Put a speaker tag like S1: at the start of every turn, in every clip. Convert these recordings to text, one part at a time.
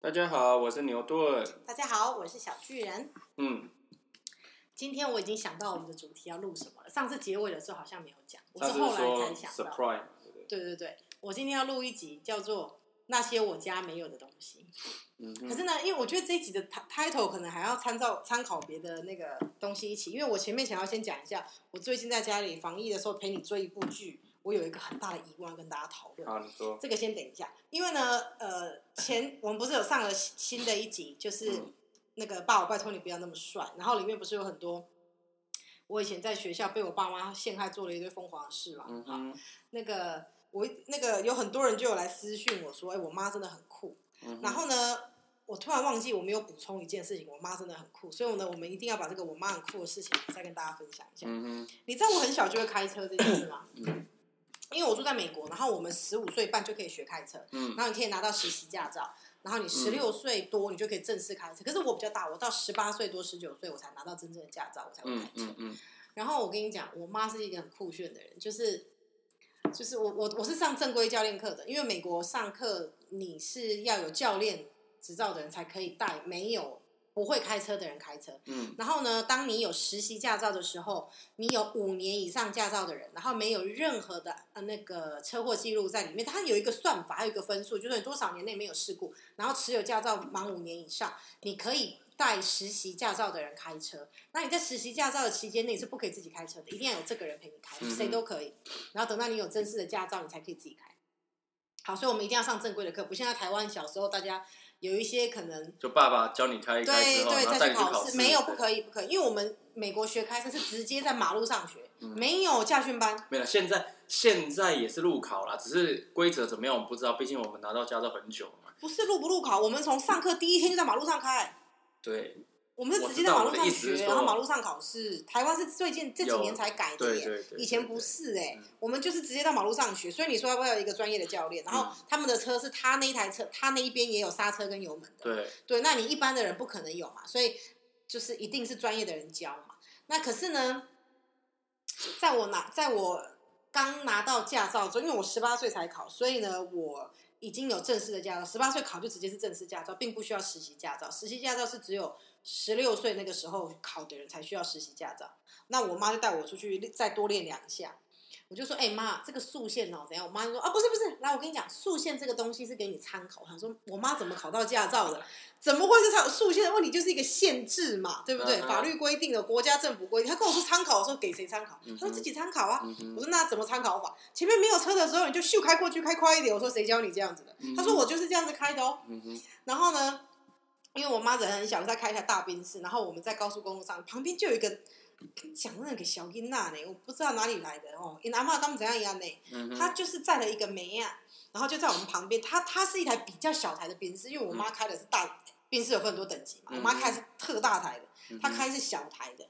S1: 大家好，我是牛顿。
S2: 大家好，我是小巨人。
S1: 嗯，
S2: 今天我已经想到我们的主题要录什么了。上次结尾的时候好像没有讲，我
S1: 他
S2: 是
S1: 是
S2: 后
S1: 说
S2: 来才想到。
S1: surprise，对不对
S2: 对对对，我今天要录一集叫做“那些我家没有的东西”。
S1: 嗯
S2: 可
S1: 哼，
S2: 是呢，因为我觉得这一集的 ti- title 可能还要参照参考别的那个东西一起，因为我前面想要先讲一下，我最近在家里防疫的时候陪你追一部剧，我有一个很大的疑问要跟大家讨论。
S1: 好，你说，
S2: 这个先等一下，因为呢，呃， 前我们不是有上了新新的一集，就是
S1: 嗯
S2: 那个爸，我拜托你不要那么帅。然后里面不是有很多我以前在学校被我爸妈陷害，做了一堆疯狂的事嘛。
S1: 嗯
S2: 好
S1: 哼，
S2: 那个我那个有很多人就有来私讯我说，哎、我妈真的很酷。
S1: 嗯哼
S2: 然后呢，我突然忘记我没有补充一件事情，我妈真的很酷。所以呢，我们一定要把这个我妈很酷的事情再跟大家分享一下。
S1: 嗯哼，
S2: 你知道我很小就会开车这件事吗？
S1: 嗯
S2: 因为我住在美国，然后我们十五岁半就可以学开车。
S1: 嗯
S2: 然后你可以拿到实习驾照，然后你十六岁多你就可以正式开车。可是我比较大，我到十八岁多、十九岁我才拿到真正的驾照，我才会开
S1: 嗯
S2: 车。
S1: 嗯嗯，
S2: 然后我跟你讲，我妈是一个很酷炫的人，就是就是我我我是上正规教练课的，因为美国上课你是要有教练执照的人才可以带，没有不会开车的人开车。
S1: 嗯
S2: 然后呢，当你有实习驾照的时候，你有五年以上驾照的人，然后没有任何的呃那个车祸记录在里面，它有一个算法，还有一个分数，就是你多少年内没有事故，然后持有驾照满五年以上，你可以带实习驾照的人开车。那你在实习驾照的期间内是不可以自己开车的，一定要有这个人陪你开，
S1: 嗯哼
S2: 谁都可以。然后等到你有正式的驾照，你才可以自己开。好，所以我们一定要上正规的课，不像在台湾小时候大家有一些可能
S1: 就爸爸教你开一开
S2: 对
S1: 之后，然后
S2: 对，
S1: 带
S2: 再
S1: 你
S2: 去
S1: 去考
S2: 试，没有不
S1: 以。
S2: 可以，不可以，因为我们美国学开车是直接在马路上学，
S1: 嗯
S2: 没有驾训班。
S1: 没了，现在现在也是路考啦，只是规则怎么样我们不知道，毕竟我们拿到驾照很久了嘛。
S2: 不是路不路考，我们从上课第一天就在马路上开，
S1: 对
S2: 我们是
S1: 我
S2: 直
S1: 知
S2: 接在
S1: 道
S2: 马
S1: 我
S2: 路
S1: 的
S2: 上
S1: 意思是
S2: 学，
S1: 说
S2: 然后马路上考试。台湾是最近这几
S1: 有
S2: 年才改的
S1: 对
S2: 耶，
S1: 对对，
S2: 以前
S1: 对
S2: 不。是哎
S1: 嗯，
S2: 我们就是直接到马路上学。所以你说要不要有一个专业的教练？然后
S1: 嗯
S2: 他们的车是他那一台车，他那一边也有刹车跟油门的。
S1: 对对，
S2: 对，那你一般的人不可能有嘛，所以就是一定是专业的人教嘛。那可是呢，在我拿在我刚拿到驾照之后，因为我十八岁才考，所以呢，我已经有正式的驾照。十八岁考就直接是正式驾照，并不需要实习驾照。实习驾照是只有十六岁那个时候考的人才需要实习驾照。那我妈就带我出去再多练两下。我就说，哎、妈，这个速线哦，怎样？我妈就说，啊，不是不是，来，我跟你讲，速线这个东西是给你参考。我想说，我妈怎么考到驾照的？怎么会是参速线的问题？就是一个限制嘛，对不对？
S1: 嗯嗯
S2: 法律规定的，国家政府规定。她跟 我说参考的时候，给谁参考
S1: 嗯哼？
S2: 她说自己参考啊。
S1: 嗯哼
S2: 我说那怎么参考法？前面没有车的时候，你就咻开过去，开快一点。我说谁教你这样子的
S1: 嗯？
S2: 她说我就是这样子开的哦。
S1: 嗯哼
S2: 然后呢，因为我妈人很小，在开一台大宾士，然后我们在高速公路上，旁边就有一个讲那个小囡娜呢，我不知道哪里来的哦，因阿妈他们怎样一样呢？
S1: 嗯哼，
S2: 她就是载了一个梅啊，然后就在我们旁边，她她是一台比较小台的宾士，因为我妈
S1: 嗯
S2: 开的是大宾士有分很多等级嘛，我妈开的是特大台的，她开的是小台的，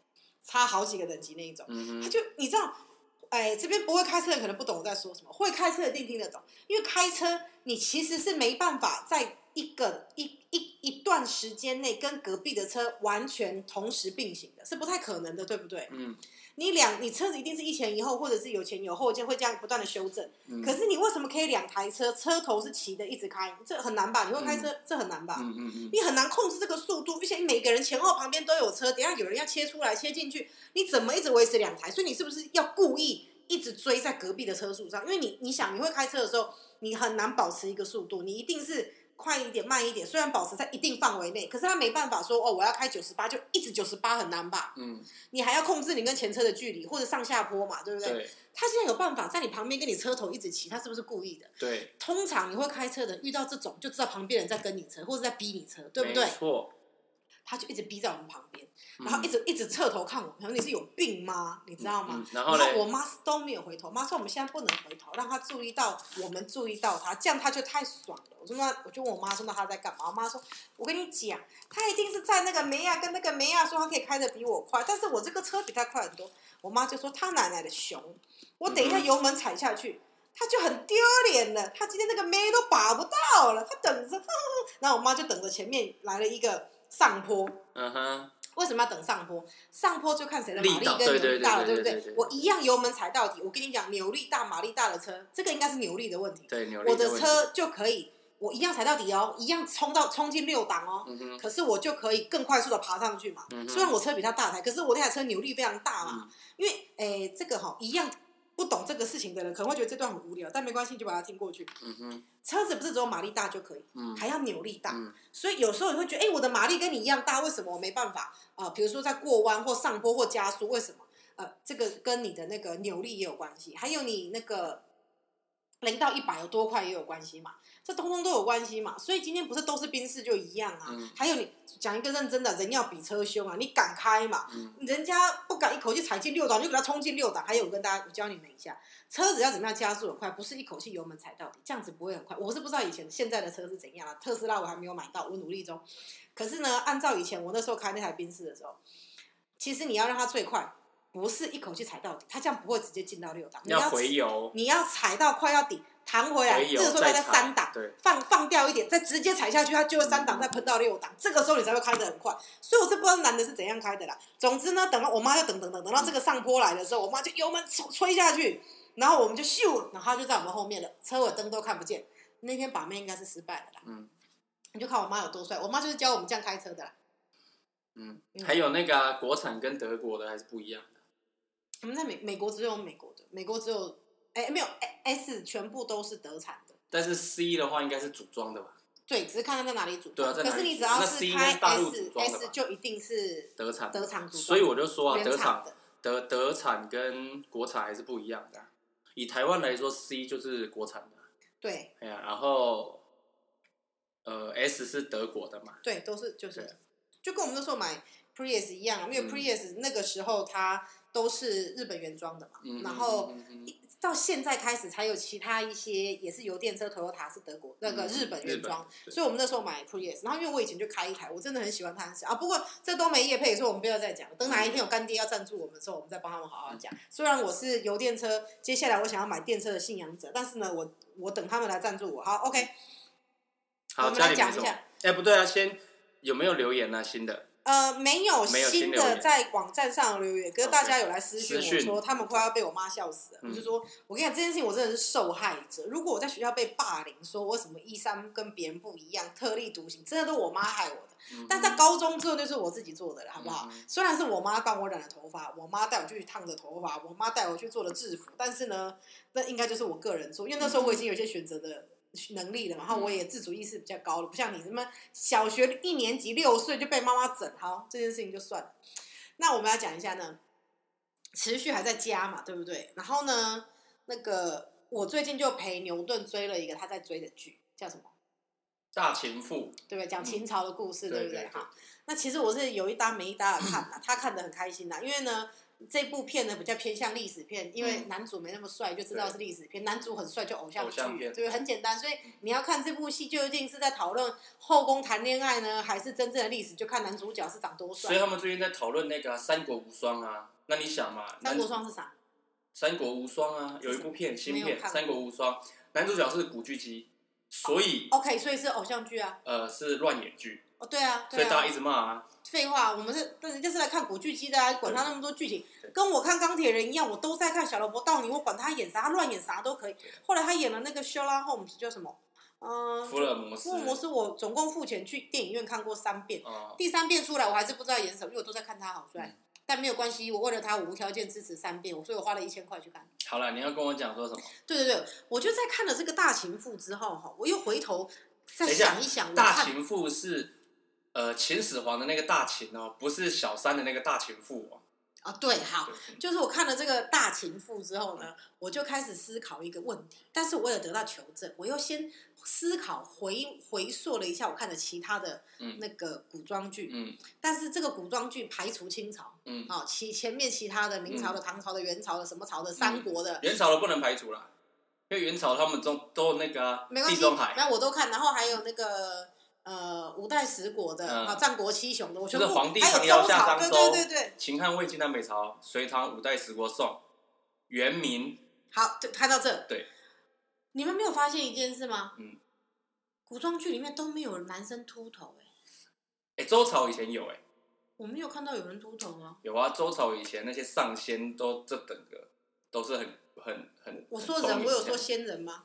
S2: 差好几个等级那一种。
S1: 嗯
S2: 他
S1: 哼，
S2: 就你知道，哎，这边不会开车的可能不懂我在说什么，会开车的一定听得懂，因为开车你其实是没办法在一个一一一段时间内跟隔壁的车完全同时并行的，是不太可能的，对不对？
S1: 嗯
S2: 你两你车子一定是一前一后，或者是有前有后，就会这样不断的修正。
S1: 嗯，
S2: 可是你为什么可以两台车车头是齐的一直开？这很难吧？你会开车，这很难吧？
S1: 嗯嗯嗯，
S2: 你很难控制这个速度，而且每个人前后旁边都有车，等一下有人要切出来、切进去，你怎么一直维持两台？所以你是不是要故意一直追在隔壁的车速上？因为你你想你会开车的时候，你很难保持一个速度，你一定是快一点、慢一点，虽然保持在一定范围内，可是他没办法说哦，我要开九十八就一直九十八很难吧？
S1: 嗯
S2: 你还要控制你跟前车的距离或者上下坡嘛，对不对？
S1: 对
S2: 他现在有办法在你旁边跟你车头一直骑，他是不是故意的？
S1: 对，
S2: 通常你会开车的人遇到这种，就知道旁边人在跟你车或者在逼你车，对不
S1: 没
S2: 对？
S1: 错，
S2: 他就一直逼在我们旁边，
S1: 嗯
S2: 然后一直一直侧头看我，然后你是有病吗？你知道吗？
S1: 嗯嗯然后嘞
S2: 我妈都没有回头，妈说我们现在不能回头，让她注意到我们注意到她，这样她就太爽了。我说那我就问我妈说那她在干嘛？我妈说我跟你讲，她一定是在那个梅亚跟那个梅亚说她可以开的比我快，但是我这个车比她快很多。我妈就说她奶奶的熊，我等一下
S1: 嗯哼
S2: 油门踩下去。她就很丢脸了，她今天那个妹都把不到了，她等着，呵呵 呵然后我妈就等着前面来了一个上坡，
S1: 嗯哼，
S2: 为什么要等上坡？上坡就看谁的马
S1: 力
S2: 力
S1: 道
S2: 跟扭力大了，
S1: 对
S2: 对不
S1: 对对对对
S2: 对？
S1: 对
S2: 我一样油门踩到底。我跟你讲，扭力大、马力大的车，这个应该是扭力的问题。
S1: 对，扭力
S2: 我的
S1: 问题，
S2: 车就可以，我一样踩到底哦，一样冲到冲进六档哦，
S1: 嗯哼，
S2: 可是我就可以更快速的爬上去嘛。
S1: 嗯哼
S2: 虽然我车比他大台，可是我那台车扭力非常大嘛。
S1: 嗯
S2: 因为诶、这个哈、一样不懂这个事情的人可能会觉得这段很无聊，但没关系，就把它听过去。
S1: 嗯哼，
S2: 车子不是只有马力大就可以，
S1: 嗯
S2: 还要扭力大。
S1: 嗯
S2: 所以有时候你会觉得，哎、我的马力跟你一样大，为什么我没办法啊、呃比如说在过弯或上坡或加速，为什么？呃，这个跟你的那个扭力也有关系，还有你那个零到一百有多快也有关系嘛，这通通都有关系嘛。所以今天不是都是宾士就一样啊，
S1: 嗯
S2: 还有你讲一个认真的，人要比车凶啊，你敢开嘛？
S1: 嗯
S2: 人家不敢一口气踩进六档，你就给他冲进六档。还有，我跟大家，我教你们一下，车子要怎么样加速很快，不是一口气油门踩到底，这样子不会很快。我是不知道以前现在的车是怎样啊，特斯拉我还没有买到，我努力中。可是呢，按照以前我那时候开那台宾士的时候，其实你要让它最快，不是一口气踩到底，它这样不会直接进到六档，你
S1: 要回油，
S2: 你要踩到快啊要底，弹回来，
S1: 回
S2: 这
S1: 油
S2: 个时候大
S1: 再
S2: 概
S1: 踩
S2: 三档，
S1: 对，
S2: 放放掉一点，再直接踩下去，它就会三档，再喷到六档，这个时候你才会开得很快。所以我是不知道男的是怎样开的啦。总之呢，等到我妈就等等等等到这个上坡来的时候，我妈就油门吹吹下去，然后我们就咻，然后她就在我们后面了，车尾灯都看不见。那天把妹应该是失败的啦。
S1: 嗯
S2: 你就看我妈有多帅，我妈就是教我们这样开车的啦。
S1: 嗯
S2: 嗯，
S1: 还有那个啊国产跟德国的还是不一样的，
S2: 我们在美美国只有美国的，美国只有哎没有 S 全部都是德产的。
S1: 但是 C 的话应该是组装的吧，
S2: 对，只是看它在哪里组
S1: 对啊
S2: 装。
S1: 在哪
S2: 可
S1: 里
S2: 是你
S1: 组
S2: 只要
S1: 那
S2: 是
S1: C 应该
S2: 开
S1: 是大陆
S2: S
S1: 组装的吧
S2: S 就一定是
S1: 德产，
S2: 德厂组装，
S1: 所以我就说啊，
S2: 原
S1: 德
S2: 厂
S1: 产
S2: 的。
S1: 德德产跟国产还是不一样的啊、以台湾来说，C 就是国产的，
S2: 对
S1: 哎呀，然后呃 S 是德国的嘛，
S2: 对，都是就是
S1: 对，
S2: 就跟我们那时候买 Prius 一样，因为
S1: 嗯
S2: Prius 那个时候它都是日本原装的嘛，
S1: 嗯，
S2: 然后
S1: 嗯嗯嗯
S2: 到现在开始才有其他一些也是油电车，Toyota 是德国那个
S1: 嗯
S2: 日本
S1: 日
S2: 原
S1: 本
S2: 装，
S1: 对
S2: 所以我们那时候买 Prius，然后因为我以前就开一台，我真的很喜欢它很喜啊。不过这都没业配，所以我们不要再讲了。等哪一天
S1: 嗯
S2: 有干爹要赞助我们的时候，我们再帮他们好好讲。虽然我是油电车，接下来我想要买电车的信仰者，但是呢，我我等他们来赞助我。好，OK，我
S1: 好，
S2: 们
S1: 家
S2: 来
S1: 里
S2: 讲
S1: 没
S2: 一
S1: 什么，
S2: 下
S1: 哎、不对啊，先有没有留言呢、啊？新的，
S2: 呃，没有
S1: 没有
S2: 新
S1: 新留
S2: 的
S1: 言
S2: 在网站上留言，可是大
S1: OK
S2: 家有来私讯
S1: 私
S2: 我
S1: 讯
S2: 说他们快要被我妈笑死了。我
S1: 嗯
S2: 就说，我跟你讲这件事情，我真的是受害者。如果我在学校被霸凌，说我什么一三跟别人不一样，特立独行，真的都我妈害我的。
S1: 嗯
S2: 但在高中之后，就是我自己做的了，好不好？
S1: 嗯
S2: 虽然是我妈帮我染了头发，我妈带我去烫的头发，我妈带我去做了制服，但是呢，那应该就是我个人做，因为那时候我已经有一些选择的能力了嘛，然后
S1: 嗯
S2: 我也自主意识比较高了，不像你什么小学一年级六岁就被妈妈整，好这件事情就算了。那我们来讲一下呢，持续还在加嘛，对不对？然后呢，那个我最近就陪牛顿追了一个他在追的剧，叫什么？
S1: 大情妇，
S2: 对不对？讲秦朝的故事，
S1: 嗯
S2: 对
S1: 对
S2: 不对？
S1: 对对
S2: 哈，那其实我是有一搭没一搭的看啦，他看的很开心啦，因为呢。这部片呢比较偏向历史片，因为
S1: 嗯
S2: 男主没那么帅，就知道是历史片；男主很帅就偶像
S1: 偶
S2: 剧
S1: 像，片嗯
S2: 对，很简单。所以你要看这部戏，究竟是在讨论后宫谈恋爱呢，还是真正的历史，就看男主角是长多
S1: 所以
S2: 帅。
S1: 他们最近在讨论那个啊、三国无双》啊，那你想嘛，
S2: 三
S1: 男
S2: 国双是啥？
S1: 三国无双》啊，有一部片新
S2: 没有
S1: 片《
S2: 看
S1: 三国无双》，男主角是古巨基，所以、
S2: OK，所以是偶像剧啊。
S1: 呃是乱演剧，
S2: 哦，对啊，
S1: 所
S2: 对
S1: 以大家
S2: 啊。
S1: 一直骂啊，
S2: 废话，我们是但人家是来看古巨基的啊，管他那么多剧情
S1: 对，
S2: 跟我看钢铁人一样，我都在看小萝卜道尼，我管他演啥，他乱演啥都可以。后来他演了那个 Sherlock Holmes 叫什么？嗯、
S1: 福尔摩斯，
S2: 福尔摩斯，我总共付钱去电影院看过三遍，
S1: 哦
S2: 第三遍出来我还是不知道演什么，因为我都在看他好帅。
S1: 嗯
S2: 但没有关系，我为了他，我无条件支持三遍，我所以我花了一千块去看。
S1: 好了，你要跟我讲说什么？
S2: 对对对，我就在看了这个《大情妇》之后哈，我又回头再
S1: 等一下
S2: 想一想，我
S1: 大
S2: 看
S1: 情妇是呃秦始皇的那个大秦哦，不是小三的那个大情妇哦。
S2: 啊，对，好，
S1: 对
S2: 就是我看了这个《大情妇》之后呢，我就开始思考一个问题，但是为了得到求证，我又先思考回回溯了一下我看的其他的
S1: 嗯
S2: 那个古装剧，
S1: 嗯
S2: 但是这个古装剧排除清朝
S1: 嗯，
S2: 啊，其前面其他的明朝的、唐朝的、元朝的、什么朝的、
S1: 嗯
S2: 三国的。
S1: 元朝的不能排除啦，因为元朝他们中都有那个啊
S2: 没关
S1: 地
S2: 系
S1: 中，海，
S2: 那我都看，然后还有那个呃五代十国的
S1: 嗯
S2: 啊，战国七雄的，我全部
S1: 就是皇帝
S2: 还有
S1: 常要
S2: 周
S1: 下
S2: 朝，
S1: 商
S2: 对
S1: 周
S2: 对对对，
S1: 秦汉魏晋南北朝、隋唐五代十国宋、元明，
S2: 好，对看到这。
S1: 对。
S2: 你们没有发现一件事吗？
S1: 嗯。
S2: 古装剧里面都没有男生秃头、欸，
S1: 哎，周朝以前有哎，
S2: 我没有看到有人秃头啊。
S1: 有啊，周朝以前那些上仙都这整个都是很很很，
S2: 我
S1: 很
S2: 说
S1: 聪
S2: 人，
S1: 明
S2: 我有
S1: 这
S2: 说
S1: 样
S2: 仙人吗？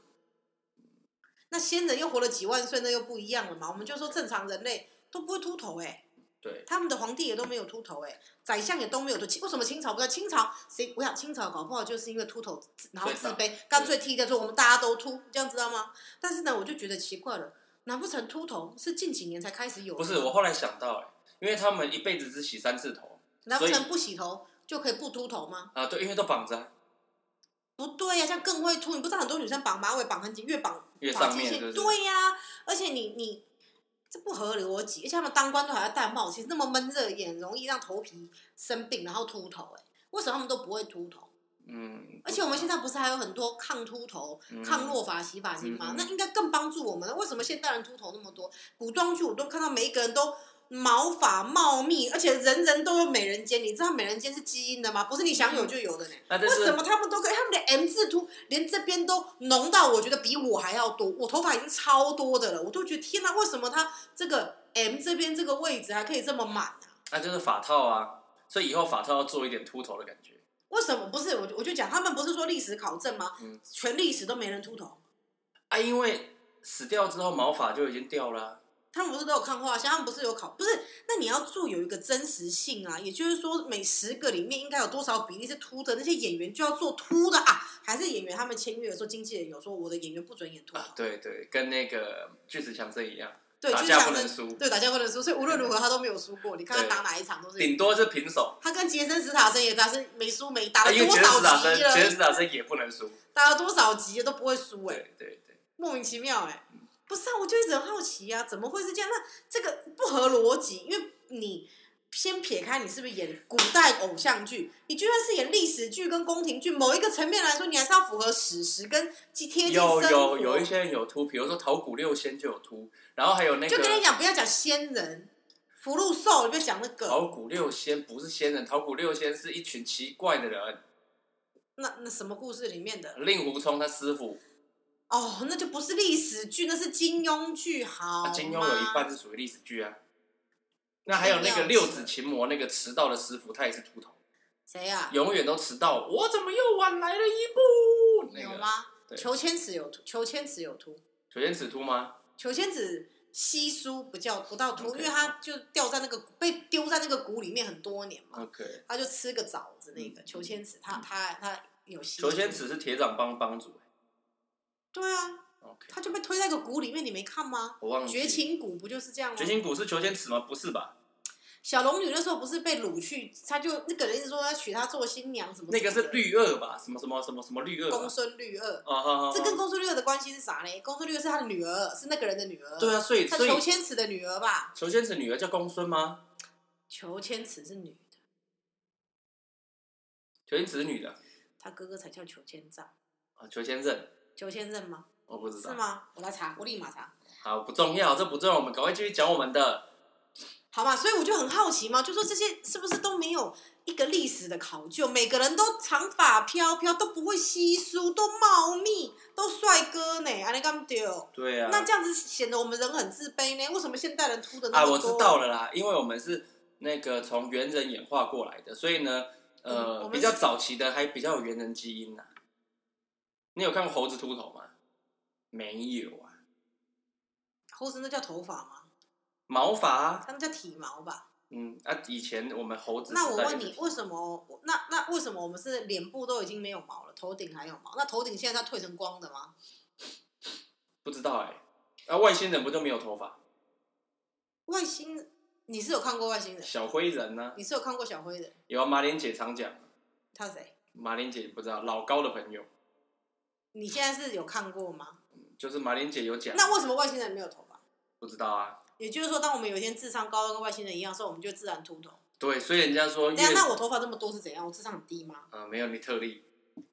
S2: 那先人又活了几万岁，那又不一样了嘛。我们就说正常人类都不会秃头哎、
S1: 对，
S2: 他们的皇帝也都没有秃头哎、宰相也都没有秃。清为什么清朝不在？清朝谁？我想清朝搞不好就是因为秃头，然后自卑，
S1: 嗯
S2: 干脆剃掉，说我们大家都秃，这样知道吗？但是呢，我就觉得奇怪了，难不成秃头是近几年才开始有的？
S1: 不是我后来想到、欸，因为他们一辈子只洗三次头
S2: 难不
S1: 所
S2: 成不洗头就可以不秃头吗？
S1: 啊，对，因为都绑着啊，
S2: 不对呀、这样更会秃。你不知道很多女生绑马尾绑很紧，越绑
S1: 越
S2: 绑
S1: 上
S2: 进
S1: 面
S2: 去，
S1: 就是
S2: 对呀、而且你你这不合逻辑，而且他们当官都还要戴帽，其实那么闷热也很容易让头皮生病，然后秃头、哎，为什么他们都不会秃头？
S1: 嗯，
S2: 而且我们现在不是还有很多抗秃头、
S1: 嗯
S2: 抗落发洗发精吗？
S1: 嗯嗯
S2: 那应该更帮助我们了。为什么现代人秃头那么多？古装剧我都看到每一个人都毛发茂密，而且人人都有美人尖。你知道美人尖是基因的吗？不是你想有就 有的呢。
S1: 那这
S2: 为什
S1: 嗯是
S2: 么他们都可以？他们的 M 字秃连这边都浓到我觉得比我还要多，我头发已经超多的了，我都觉得天哪，为什么他这个 M 这边这个位置还可以这么满啊？
S1: 那就是法套啊，所以以后法套要做一点秃头的感觉，
S2: 为什么不是？我就我就讲，他们不是说历史考证吗？
S1: 嗯
S2: 全历史都没人秃头，
S1: 啊，因为死掉之后毛发就已经掉了啊、
S2: 他们不是都有看画像，他们不是有考？不是，那你要做有一个真实性啊，也就是说，每十个里面应该有多少比例是秃的？那些演员就要做秃的啊，还是演员他们签约的时候，经纪人有说我的演员不准演秃头，
S1: 啊，对对，跟那个巨石强森一样，
S2: 对，就
S1: 打
S2: 是
S1: 架
S2: 像
S1: 不
S2: 这
S1: 能输，
S2: 对，打架不能输，所以无论如何他都没有输过。你看他
S1: 对
S2: 打哪一场都是，
S1: 顶多是平手，
S2: 他跟杰森·斯坦森也打是没输没打
S1: 啊
S2: 了
S1: 因为
S2: 多
S1: 杰斯打
S2: 少
S1: 森，
S2: 集
S1: 杰斯
S2: 了，
S1: 打森也不能输，
S2: 打了多少集都不会输哎、
S1: 对对对，
S2: 莫名其妙哎、不是啊，我就一直很好奇啊，怎么会是这样？那这个不合逻辑，因为你先撇开你是不是演古代偶像剧，你居然是演历史剧跟宫廷剧，某一个层面来说，你还是要符合史实跟既贴近生
S1: 有
S2: 活。
S1: 有有一些人有秃，比如说桃谷六仙就有秃，然后还有那
S2: 就跟你
S1: 个
S2: 讲，不要讲仙人、福禄寿，你不要讲那个。
S1: 桃谷六仙不是仙人，桃谷六仙是一群奇怪的人，
S2: 那那什么故事里面的？
S1: 令狐冲他师傅，
S2: 哦，那就不是历史剧，那是金庸剧，好
S1: 那
S2: 吗？
S1: 啊金庸有一半是属于历史剧啊，那还有那个六指琴魔那个迟到的师傅，他也是秃头，
S2: 谁啊呀、
S1: 永远都迟到，我怎么又晚来了一步？那
S2: 有
S1: 个
S2: 吗？
S1: 对
S2: 裘千尺有秃，裘千尺有秃，
S1: 九天尺秃吗？
S2: 裘千尺稀疏不叫不到秃
S1: OK
S2: 因为他就掉在那个被丢在那个谷里面很多年嘛，
S1: OK，
S2: 他就吃个枣子那
S1: 嗯
S2: 个裘千尺，他他他有稀疏
S1: 裘千，尺是铁掌帮帮主
S2: 对啊，
S1: ，OK，
S2: 他就被推在一个谷里面，你没看吗？
S1: 我忘记
S2: 绝情谷不就是这样吗
S1: 绝？情谷是裘千尺吗？不是吧？
S2: 小龙女那时候不是被掳去，他就那个人一直说要娶她做新娘什么
S1: 那个
S2: 什么
S1: 是
S2: 的
S1: 绿萼吧？什么什么什么什么绿萼吧？
S2: 公孙绿二，
S1: 啊哈哈哈
S2: 这跟公孙绿儿的关系是啥呢？公孙绿儿是他的女儿，是那个人的女儿。
S1: 对
S2: 啊，
S1: 啊，所以
S2: 他
S1: 所以
S2: 裘千尺的女儿吧？
S1: 裘千尺女儿叫公孙吗？
S2: 裘千尺是女的，
S1: 裘千尺是女的
S2: 他哥哥才叫裘千丈，
S1: 啊，裘千仞，
S2: 裘千仞吗？
S1: 我不知
S2: 是
S1: 道。
S2: 吗？我来查，我立马查。
S1: 好，不重要，这不重要，我们赶快继续讲我们的。
S2: 好吧，所以我就很好奇嘛，就说这些是不是都没有一个历史的考究？每个人都长发飘飘，都不会稀疏，都茂密，都帅哥呢，安尼干丢。
S1: 对啊，
S2: 那这样子显得我们人很自卑呢？为什么现代人秃的那
S1: 啊，
S2: 么
S1: 我知
S2: 多？
S1: 道了啦，因为我们是那个从猿人演化过来的，所以呢，
S2: 嗯我
S1: 呃，
S2: 们
S1: 比较早期的还比较有猿人基因呐、啊你有看过猴子秃头吗？没有啊，
S2: 猴子那叫头发吗？
S1: 毛发啊，
S2: 它那叫体毛吧？
S1: 嗯啊，以前我们猴子
S2: 那
S1: 时
S2: 我
S1: 代
S2: 问
S1: 就是
S2: 你，为什么我那那为什么我们是脸部都已经没有毛了，头顶还有毛？那头顶现在它退成光的吗？
S1: 不知道哎、啊，外星人不就没有头发？
S2: 外星，你是有看过外星人？
S1: 小灰人呢、
S2: 你是有看过小灰人？
S1: 有啊，马莲姐常讲，
S2: 他谁？
S1: 马莲姐不知道老高的朋友，
S2: 你现在是有看过吗？
S1: 就是马莲姐有讲，
S2: 那为什么外星人没有头发？
S1: 不知道啊。
S2: 也就是说，当我们有一天智商高到跟外星人一样的时候，我们就自然秃头。
S1: 对，所以人家说
S2: 等
S1: 越
S2: 一下，啊那我头发这么多是怎样？我智商很低吗？
S1: 呃没有你特例，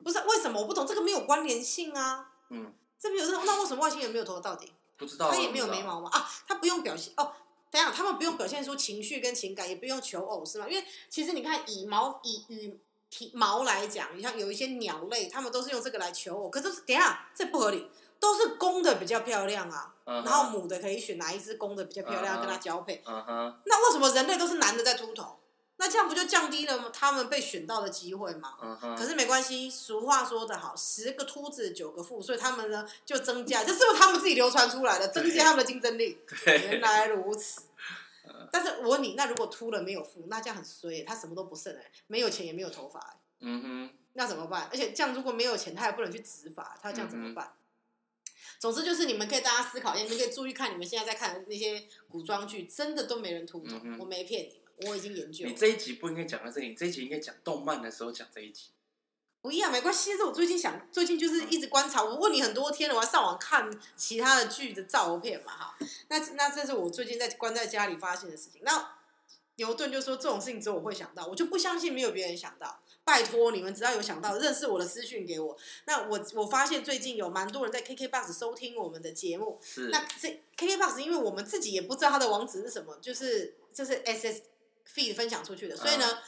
S2: 不是，为什么我不懂？这个没有关联性啊。
S1: 嗯，
S2: 这没有任何那为什么外星人没有头发？到底？
S1: 不知道啊
S2: 他也没有
S1: 不知
S2: 眉
S1: 道
S2: 毛吗？啊，他不用表现哦。等一下，他们不用表现出情绪跟情感，也不用求偶，是吗？因为其实你看，以毛以羽体毛来讲，你像有一些鸟类，他们都是用这个来求偶。可是等一下，这不合理，都是公的比较漂亮啊，
S1: 嗯哼
S2: 然后母的可以选哪一只公的比较漂亮，
S1: 嗯哼
S2: 跟它交配。
S1: 嗯哼，
S2: 那为什么人类都是男的在秃头？那这样不就降低了他们被选到的机会吗？
S1: 嗯哼，
S2: 可是没关系，俗话说得好，十个秃子九个富，所以他们呢就增加，这是不是他们自己流传出来的，增加他们的竞争力？原
S1: 对，嗯
S2: 来如此。但是我问你，那如果秃了没有富，那这样很衰、他什么都不剩哎、没有钱也没有头发、欸，
S1: 嗯哼，
S2: 那怎么办？而且这样如果没有钱，他也不能去执法，他这样怎
S1: 嗯
S2: 么办？总之就是你们可以大家思考一下，你们可以注意看你们现在在看的那些古装剧，真的都没人秃头，
S1: 嗯哼
S2: 我没骗你们，我已经研究了
S1: 你。这一集不应该讲到这里，你这一集应该讲动漫的时候讲这一集。
S2: 不一样，没关系。这我最近想，最近就是一直观察。我问你很多天了，我还上网看其他的剧的照片嘛，哈。那那这是我最近在关在家里发现的事情。那牛顿就说这种事情只有我会想到，我就不相信没有别人想到。拜托你们，只要有想到，认识我的私讯给我。那我我发现最近有蛮多人在 KKBox 收听我们的节目。
S1: 是，
S2: 那这 KKBox 因为我们自己也不知道它的网址是什么，就是就是 SS feed 分享出去的，所以
S1: 嗯
S2: 呢，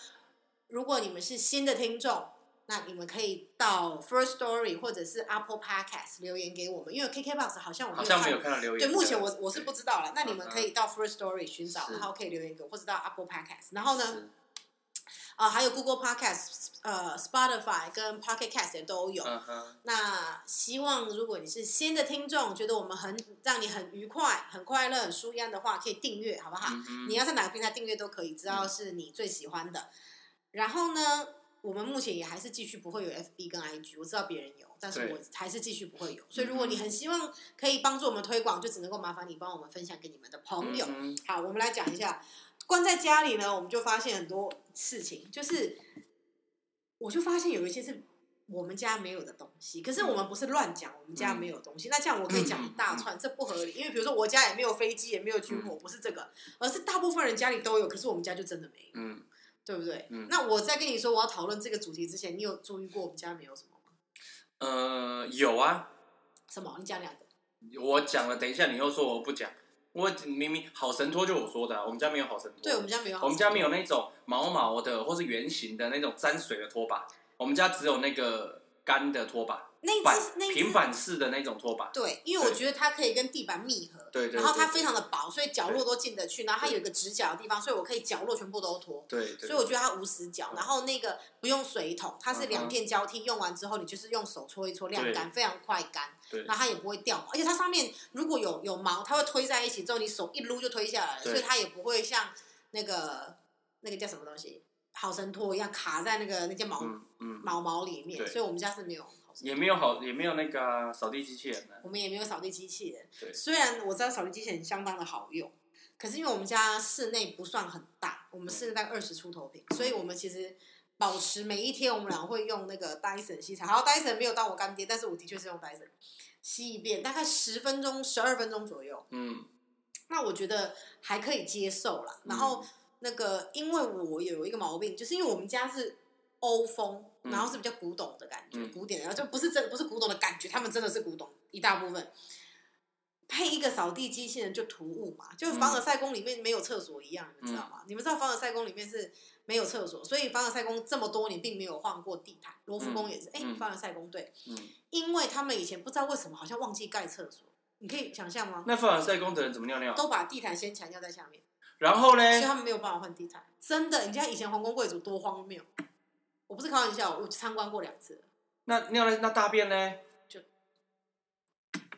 S2: 如果你们是新的听众，那你们可以到 First Story 或者是 Apple Podcast 留言给我们，因为 KKBox 好像我
S1: 好像没
S2: 看
S1: 有看到留言。
S2: 对，目前我我是不知道了。那你们
S1: 嗯嗯
S2: 可以到 First Story 寻找，
S1: 是
S2: 然后可以留言给我，或者到 Apple Podcast。然后呢，
S1: 是
S2: 啊、还有 Google Podcast、呃 Spotify 跟 Pocket Cast 也都有。啊
S1: 嗯哼，
S2: 那希望如果你是新的听众，觉得我们很让你很愉快、很快乐、很舒压的话，可以订阅，好不好？
S1: 嗯哼
S2: 你要在哪个平台订阅都可以，只要是你最喜欢的。然后呢，我们目前也还是继续不会有 FB 跟 IG，我知道别人有，但是
S1: 对嗯
S2: 我还是继续不会有。所以如果你很希望可以帮助我们推广，就只能够麻烦你帮我们分享给你们的朋友。
S1: 嗯哼
S2: 好，我们来讲一下，关在家里呢，我们就发现很多事情，就是我就发现有一些是我们家没有的东西，可是我
S1: 嗯
S2: 们不是乱讲，我们家没有东西。那这样我可以讲一大串，这不合理，因为比如说我家也没有飞机，也没有军
S1: 嗯
S2: 火，不是这个，而是大部分人家里都有，可是我们家就真的没有，
S1: 嗯，
S2: 对不对？
S1: 嗯
S2: 那我在跟你说我要讨论这个主题之前，你有注意过我们家没有什么吗？
S1: 呃，有啊，
S2: 什么？你讲两个。
S1: 我讲了，等一下你又说我不讲。我明明好神拖就我说的啊、我们家没有好神拖。
S2: 对，我们家没有。
S1: 我们家没有那种毛毛的或是圆形的那种沾水的拖把，我们家只有那个干的拖把，
S2: 那一
S1: 板
S2: 只那一只
S1: 平板式的那种拖把。
S2: 对，因为我
S1: 对
S2: 觉得它可以跟地板密合，
S1: 对对对
S2: 然后它
S1: 对
S2: 非常的薄，所以角落都进得去，然后它有一个直角的地方，所以我可以角落全部都拖。
S1: 对对。
S2: 所以我觉得它无死角，
S1: 嗯
S2: 然后那个不用水桶，它是
S1: 嗯
S2: 两
S1: 哼
S2: 片交替，用完之后你就是用手搓一搓晾干，非常快干，
S1: 对
S2: 然后它也不会掉毛，而且它上面如果有有毛，它会推在一起之后你手一撸就推下来了，
S1: 对
S2: 所以它也不会像那个那个叫什么东西好神拖一样卡在那个那件毛、
S1: 嗯嗯，
S2: 毛毛里面，
S1: 对
S2: 所以我们家是没有好神拖
S1: 也没有好，也没有那个啊扫地机器人呢、
S2: 我们也没有扫地机器人。
S1: 对
S2: 虽然我知道扫地机器人相当的好用，可是因为我们家室内不算很大，我们室内大概二十出头平，所以我们其实保持每一天我们俩会用那个 Dyson 吸尘。好，Dyson 没有当我干爹，但是我的确是用 Dyson 吸一遍，大概十分钟、十二分钟左右。
S1: 嗯，
S2: 那我觉得还可以接受啦。然后
S1: 嗯
S2: 那个，因为我有一个毛病，就是因为我们家是欧风，
S1: 嗯
S2: 然后是比较古董的感觉，
S1: 嗯
S2: 古典的，然后就不是真不是古董的感觉，他们真的是古董一大部分。配一个扫地机器人就突兀嘛，就凡
S1: 嗯
S2: 尔赛宫里面没有厕所一样，你们知道吗？你们知道凡尔赛宫里面是没有厕所，所以凡尔赛宫这么多年并没有换过地毯，罗浮宫也是，哎、
S1: 嗯
S2: 凡尔赛宫对，
S1: 嗯，
S2: 因为他们以前不知道为什么好像忘记盖厕所，你可以想象吗？
S1: 那凡尔赛宫的人怎么尿尿？
S2: 都把地毯掀起来尿在下面。
S1: 然后呢？
S2: 所以他们没有办法换地毯。真的，你知道以前皇宫贵族多荒谬？我不是开玩笑，我参观过两次，
S1: 那尿了那大便呢？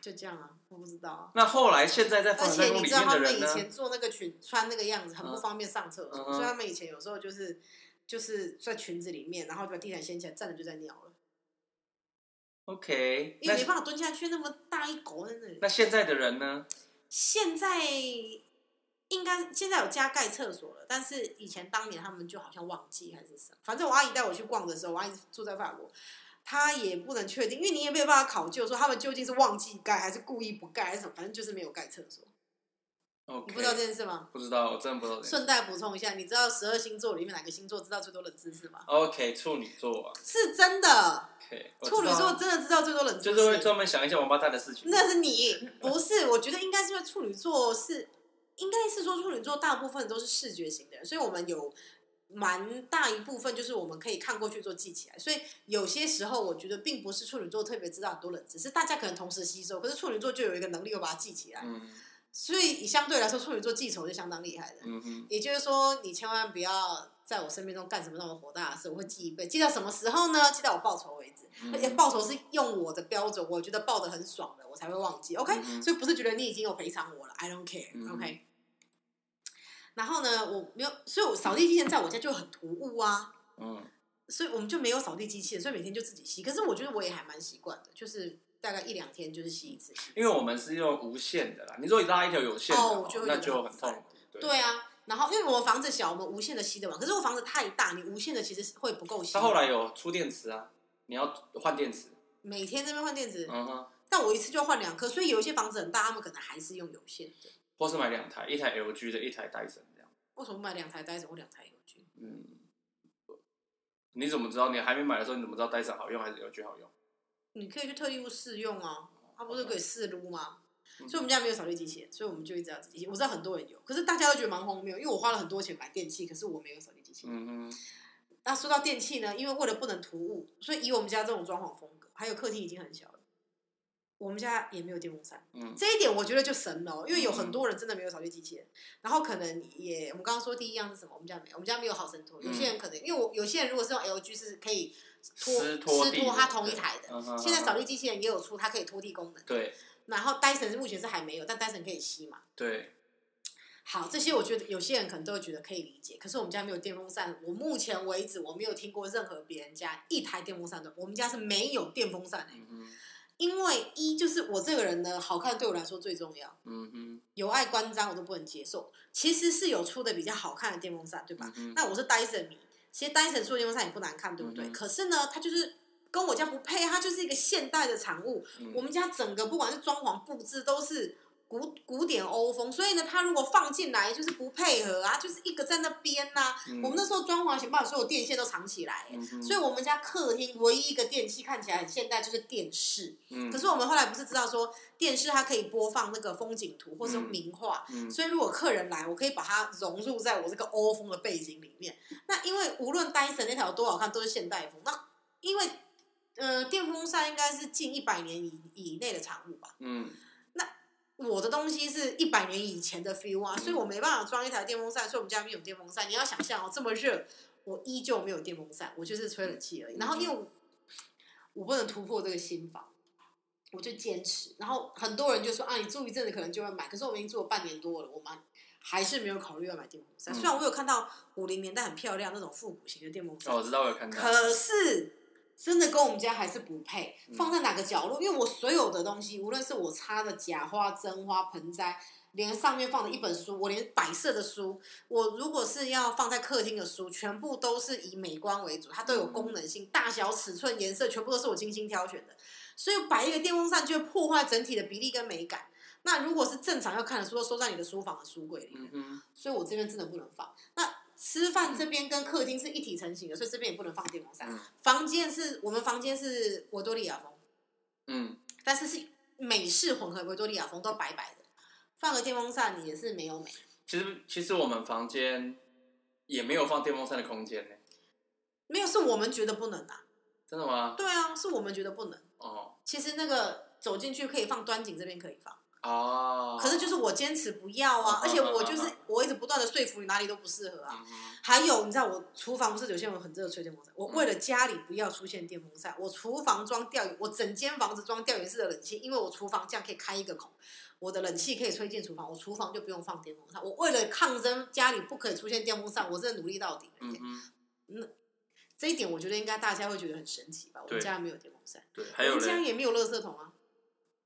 S2: 就这样啊，我不知道啊。
S1: 那后来现在在
S2: 而
S1: 凡尔赛
S2: 且
S1: 宫
S2: 你
S1: 里
S2: 知道
S1: 面
S2: 他
S1: 的
S2: 们以
S1: 人呢？
S2: 前做那个裙穿那个样子很不
S1: 嗯
S2: 方便上厕所，
S1: 嗯哼
S2: 所以他们以前有时候就是就是在裙子里面，然后就把地毯掀起来，站着就在尿了，
S1: OK，
S2: 因
S1: 那
S2: 为没办法蹲下去，那么大一狗在那里。
S1: 那现在的人呢？
S2: 现在应该现在有加盖厕所了，但是以前当年他们就好像忘记还是什么，反正我阿姨带我去逛的时候，我阿姨住在法国，她也不能确定，因为你也没有办法考究说他们究竟是忘记盖还是故意不盖还是什么，反正就是没有盖厕所。你
S1: OK，
S2: 不知道这件事吗？
S1: 不知道，我真的不知道这件事。
S2: 顺带补充一下，你知道十二星座里面哪个星座知道最多冷知识吗？
S1: OK，处女座啊
S2: 是真的，
S1: ，OK，我知道
S2: 处女座真的知道最多冷知识，
S1: 就是会专门想一些王八蛋的事情。
S2: 那是你，不是？我觉得应该是因为处女座是，应该是说处女座大部分都是视觉型的人，所以我们有蛮大一部分就是我们可以看过去做记起来。所以有些时候我觉得并不是处女座特别知道很多冷知识，大家可能同时吸收，可是处女座就有一个能力又把它记起来，
S1: 嗯
S2: 所以相对来说处女座记仇就相当厉害的。
S1: 嗯哼，
S2: 也就是说，你千万不要在我生命中干什么让我火大的事，我会记一辈子，记到什么时候呢？记到我报仇为止。
S1: 嗯
S2: 而且报仇是用我的标准，我觉得报的很爽的，我才会忘记。OK，、
S1: 嗯哼
S2: 所以不是觉得你已经有赔偿我了，I don't care、
S1: 嗯
S2: OK，然后呢，我没有，所以我扫地机器人在我家就很突兀啊，
S1: 嗯
S2: 所以我们就没有扫地机器人，所以每天就自己吸。可是我觉得我也还蛮习惯的，就是大概一两天就是吸一次。
S1: 因为我们是用无线的啦，你如果拉一条有线的
S2: 哦
S1: 哦
S2: 我就会
S1: 那
S2: 觉得
S1: 就
S2: 很
S1: 很
S2: 烦
S1: 痛苦。对，
S2: 对啊，然后因为我房子小，我们无限的吸得完，可是我房子太大，你无限的其实会不够吸。
S1: 它后来有出电池啊，你要换电池。
S2: 每天这边换电池，
S1: 嗯哼，
S2: 但我一次就换两颗，所以有一些房子很大，他们可能还是用有线的。
S1: 或是买两台，一台 LG 的，一台戴森这样。
S2: 为什么买两台呆着，我两台有去？
S1: 嗯，你怎么知道？你还没买的时候，你怎么知道戴森好用还是 LG 好用？
S2: 你可以去特地屋试用啊，它不是可以试撸吗？
S1: 嗯
S2: 所以我们家没有扫地机器人，所以我们就一直要自己。我知道很多人有，可是大家都觉得蛮荒谬，因为我花了很多钱买电器，可是我没有扫地机器人。
S1: 嗯哼，
S2: 那说到电器呢，因为为了不能突兀，所以以我们家这种装潢风格，还有客厅已经很小了，我们家也没有电风扇。
S1: 嗯
S2: 这一点我觉得就神了哦，因为有很多人真的没有扫地机器人，然后可能也我们刚刚说第一样是什么？我们家没有，我们家没有好神拖。有
S1: 嗯
S2: 些人可能因为我有些人如果是用 LG 是可以拖
S1: 湿拖
S2: 湿
S1: 地
S2: 拖
S1: 的
S2: 它同一台的，
S1: 嗯哼，
S2: 现在扫
S1: 地
S2: 地机器人也有出它可以拖地功能，
S1: 对
S2: 然后 Dyson 目前是还没有，但 Dyson 可以吸嘛。
S1: 对，
S2: 好，这些我觉得有些人可能都会觉得可以理解，可是我们家没有电风扇，我目前为止我没有听过任何别人家一台电风扇的，我们家是没有电风扇的、
S1: 嗯哼
S2: 因为一就是我这个人呢，好看对我来说最重要，
S1: 嗯哼
S2: 有碍观瞻我都不能接受。其实是有出的比较好看的电风扇，对吧？
S1: 嗯哼，
S2: 那我是 Dyson 迷，其实 Dyson 出的电风扇也不难看，对不对？
S1: 嗯哼
S2: 可是呢，它就是跟我家不配，它就是一个现代的产物。
S1: 嗯
S2: 我们家整个不管是装潢布置都是古古典欧风，所以呢，它如果放进来就是不配合啊，就是一个在那边呐、
S1: 嗯
S2: 我们那时候装潢想把所有电线都藏起来、
S1: 嗯哼
S2: 所以我们家客厅唯一一个电器看起来很现代就是电视。
S1: 嗯
S2: 可是我们后来不是知道说电视它可以播放那个风景图或是
S1: 嗯
S2: 名画，
S1: 嗯
S2: 所以如果客人来，我可以把它融入在我这个欧风的背景里面。那因为无论 Dyson 那台有多好看，都是现代风。那因为呃，电风扇应该是近一百年以以内的产物吧。
S1: 嗯
S2: 我的东西是一百年以前的 feel 啊，所以我没办法装一台电风扇，所以我们家没有电风扇。你要想象哦，这么热，我依旧没有电风扇，我就是吹冷气而已。然后因为我我不能突破这个心法，我就坚持。然后很多人就说啊，你住一阵子可能就会买，可是我已经住了半年多了，我妈还是没有考虑要买电风扇。
S1: 嗯
S2: 虽然我有看到五零年代很漂亮那种复古型的电风扇
S1: 哦，我，知道，我有看到，
S2: 可是真的跟我们家还是不配，放在哪个角落？因为我所有的东西，无论是我插的假花、真花、盆栽，连上面放的一本书，我连摆设的书，我如果是要放在客厅的书，全部都是以美观为主，它都有功能性、大小、尺寸、颜色，全部都是我精心挑选的。所以摆一个电风扇就会破坏整体的比例跟美感。那如果是正常要看的书，都收在你的书房的书柜里。
S1: 嗯哼，
S2: 所以我这边真的不能放。那吃饭这边跟客厅是一体成型的，所以这边也不能放电风扇。
S1: 嗯
S2: 房间是我们房间是维多利亚风，
S1: 嗯
S2: 但是是美式混合维多利亚风，都白白的，放个电风扇也是没有美。
S1: 其实其实我们房间也没有放电风扇的空间呢，
S2: 没有，是我们觉得不能啊。
S1: 真的吗？
S2: 对啊，是我们觉得不能。
S1: 哦
S2: 其实那个走进去可以放端景，这边可以放，
S1: 哦，
S2: 可是就是我坚持不要啊，
S1: 哦
S2: 而且我 就
S1: 哦
S2: 是
S1: 哦
S2: 我一直不断的说服你哪里都不适合啊。
S1: 嗯哼
S2: 还有，你知道我厨房不是有些人很热吹电风扇？
S1: 嗯
S2: 我为了家里不要出现电风扇，我厨房装吊，我整间房子装吊源式的冷气，因为我厨房这样可以开一个孔，我的冷气可以吹进厨房，我厨房就不用放电风扇。我为了抗争家里不可以出现电风扇，我真的努力到底了
S1: 嗯
S2: 耶。
S1: 哼，
S2: 这一点我觉得应该大家会觉得很神奇吧？我们
S1: 对
S2: 家没有电风扇，
S1: 对，还
S2: 我
S1: 有
S2: 们家
S1: 人，
S2: 也没有垃圾桶啊。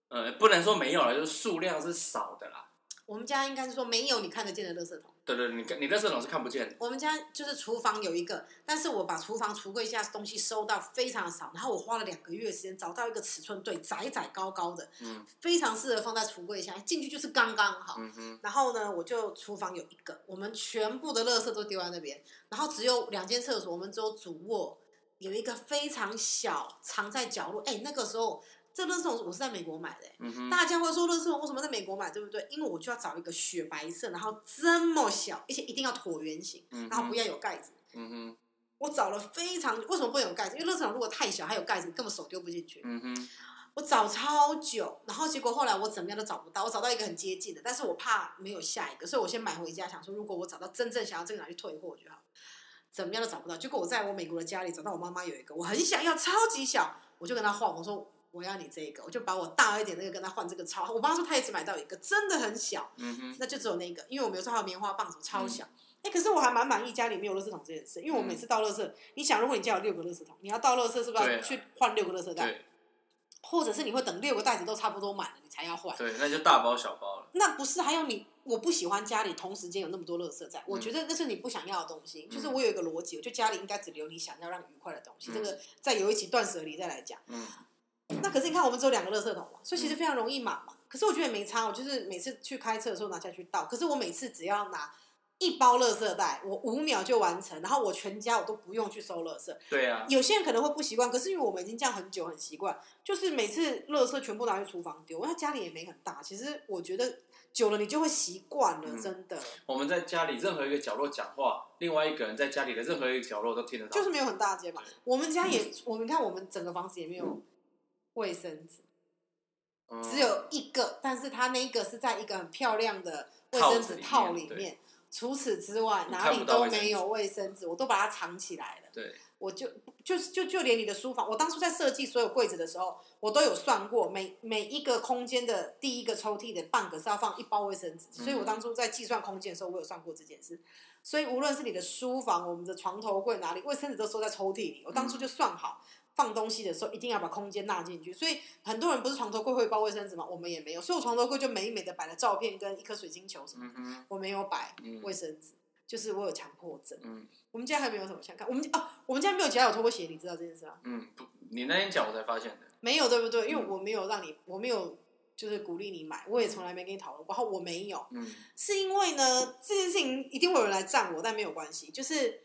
S1: 呃，不能说没有了，就是数量是少的啦。
S2: 我们家应该是说没有你看得见的垃圾桶。
S1: 对对，你看你垃圾桶是看不见的。
S2: 我们家就是厨房有一个，但是我把厨房橱柜下东西收到非常少，然后我花了两个月时间找到一个尺寸对窄窄高高的，
S1: 嗯
S2: 非常适合放在橱柜下，进去就是刚刚好。
S1: 嗯哼，
S2: 然后呢，我就厨房有一个，我们全部的垃圾都丢在那边，然后只有两间厕所，我们只有主卧有一个非常小，藏在角落。哎，那个时候这垃圾桶我是在美国买的、欸
S1: 嗯哼，
S2: 大家会说乐事桶为什么在美国买，对不对？因为我就要找一个雪白色，然后这么小，而且一定要椭圆形，
S1: 嗯哼
S2: 然后不要有盖子。
S1: 嗯哼，
S2: 我找了非常，为什么不能有盖子？因为乐事桶如果太小，它有盖子，你根本手丢不进去。
S1: 嗯哼，
S2: 我找超久，然后结果后来我怎么样都找不到，我找到一个很接近的，但是我怕没有下一个，所以我先买回家，想说如果我找到真正想要这个拿去退货就好。怎么样都找不到。结果我在我美国的家里找到我妈妈有一个，我很想要，超级小，我就跟她换，我说我要你这个，我就把我大一点那个跟她换这个超。我妈说她也只买到一个，真的很小，
S1: 嗯哼，嗯
S2: 那就只有那个，因为我们有时候还有棉花棒什么超小。哎、可是我还蛮满意家里没有垃圾桶这件事，因为我每次倒垃圾，你想，如果你家有六个垃圾桶，你要倒垃圾是不是
S1: 对
S2: 要
S1: 啊
S2: 去换六个垃圾袋？
S1: 对
S2: 或者是你会等六个袋子都差不多满了，你才要换？
S1: 对，那就大包小包了。
S2: 那不是还有你，我不喜欢家里同时间有那么多垃圾
S1: 嗯
S2: 在，我觉得那是你不想要的东西。就是我有一个逻辑，我就家里应该只留你想要让你愉快的东西。
S1: 嗯
S2: 这个再有一期断舍离再来讲。
S1: 嗯，
S2: 那可是你看，我们只有两个垃圾桶嘛，所以其实非常容易满嘛。可是我觉得也没差，我就是每次去开车的时候拿下去倒。可是我每次只要拿一包垃圾袋，我五秒就完成，然后我全家我都不用去收垃圾。
S1: 对啊，
S2: 有些人可能会不习惯，可是因为我们已经这样很久，很习惯，就是每次垃圾全部拿去厨房丢，那家里也没很大。其实我觉得久了你就会习惯了，
S1: 嗯
S2: 真的
S1: 我们在家里任何一个角落讲话，另外一个人在家里的任何一个角落都听得到。
S2: 就是没有很大间嘛
S1: 对。
S2: 我们家
S1: 嗯
S2: 也，我们看我们整个房子也没有卫生纸，
S1: 嗯
S2: 只有一个，但是它那个是在一个很漂亮的卫生纸套
S1: 套子里面
S2: 里面。除此之外，
S1: 你
S2: 哪
S1: 看
S2: 里
S1: 不到
S2: 都
S1: 卫生纸
S2: 没有卫生纸，我都把它藏起来了。
S1: 对，
S2: 我就就是就就连你的书房，我当初在设计所有柜子的时候，我都有算过，每每一个空间的第一个抽屉的半个是要放一包卫生纸，所以我当初在计算空间的时候，我有算过这件事。所以无论是你的书房、我们的床头柜哪里，卫生纸都收在抽屉里，我当初就算好。放东西的时候一定要把空间纳进去，所以很多人不是床头柜会包卫生纸吗？我们也没有，所以我床头柜就美美的摆了照片跟一颗水晶球什么，
S1: 嗯哼，
S2: 我没有摆
S1: 嗯
S2: 卫生纸，就是我有强迫症。
S1: 嗯
S2: 我们家还没有什么想看，我们哦，我们家没有夹脚拖过鞋，你知道这件事吗？
S1: 嗯，不，你那天讲我才发现的。
S2: 没有，对不对？因为
S1: 嗯
S2: 我没有让你，我没有就是鼓励你买，我也从来没跟你讨论过，然后我没有，
S1: 嗯
S2: 是因为呢，这件事情一定会有人来赞我，但没有关系，就是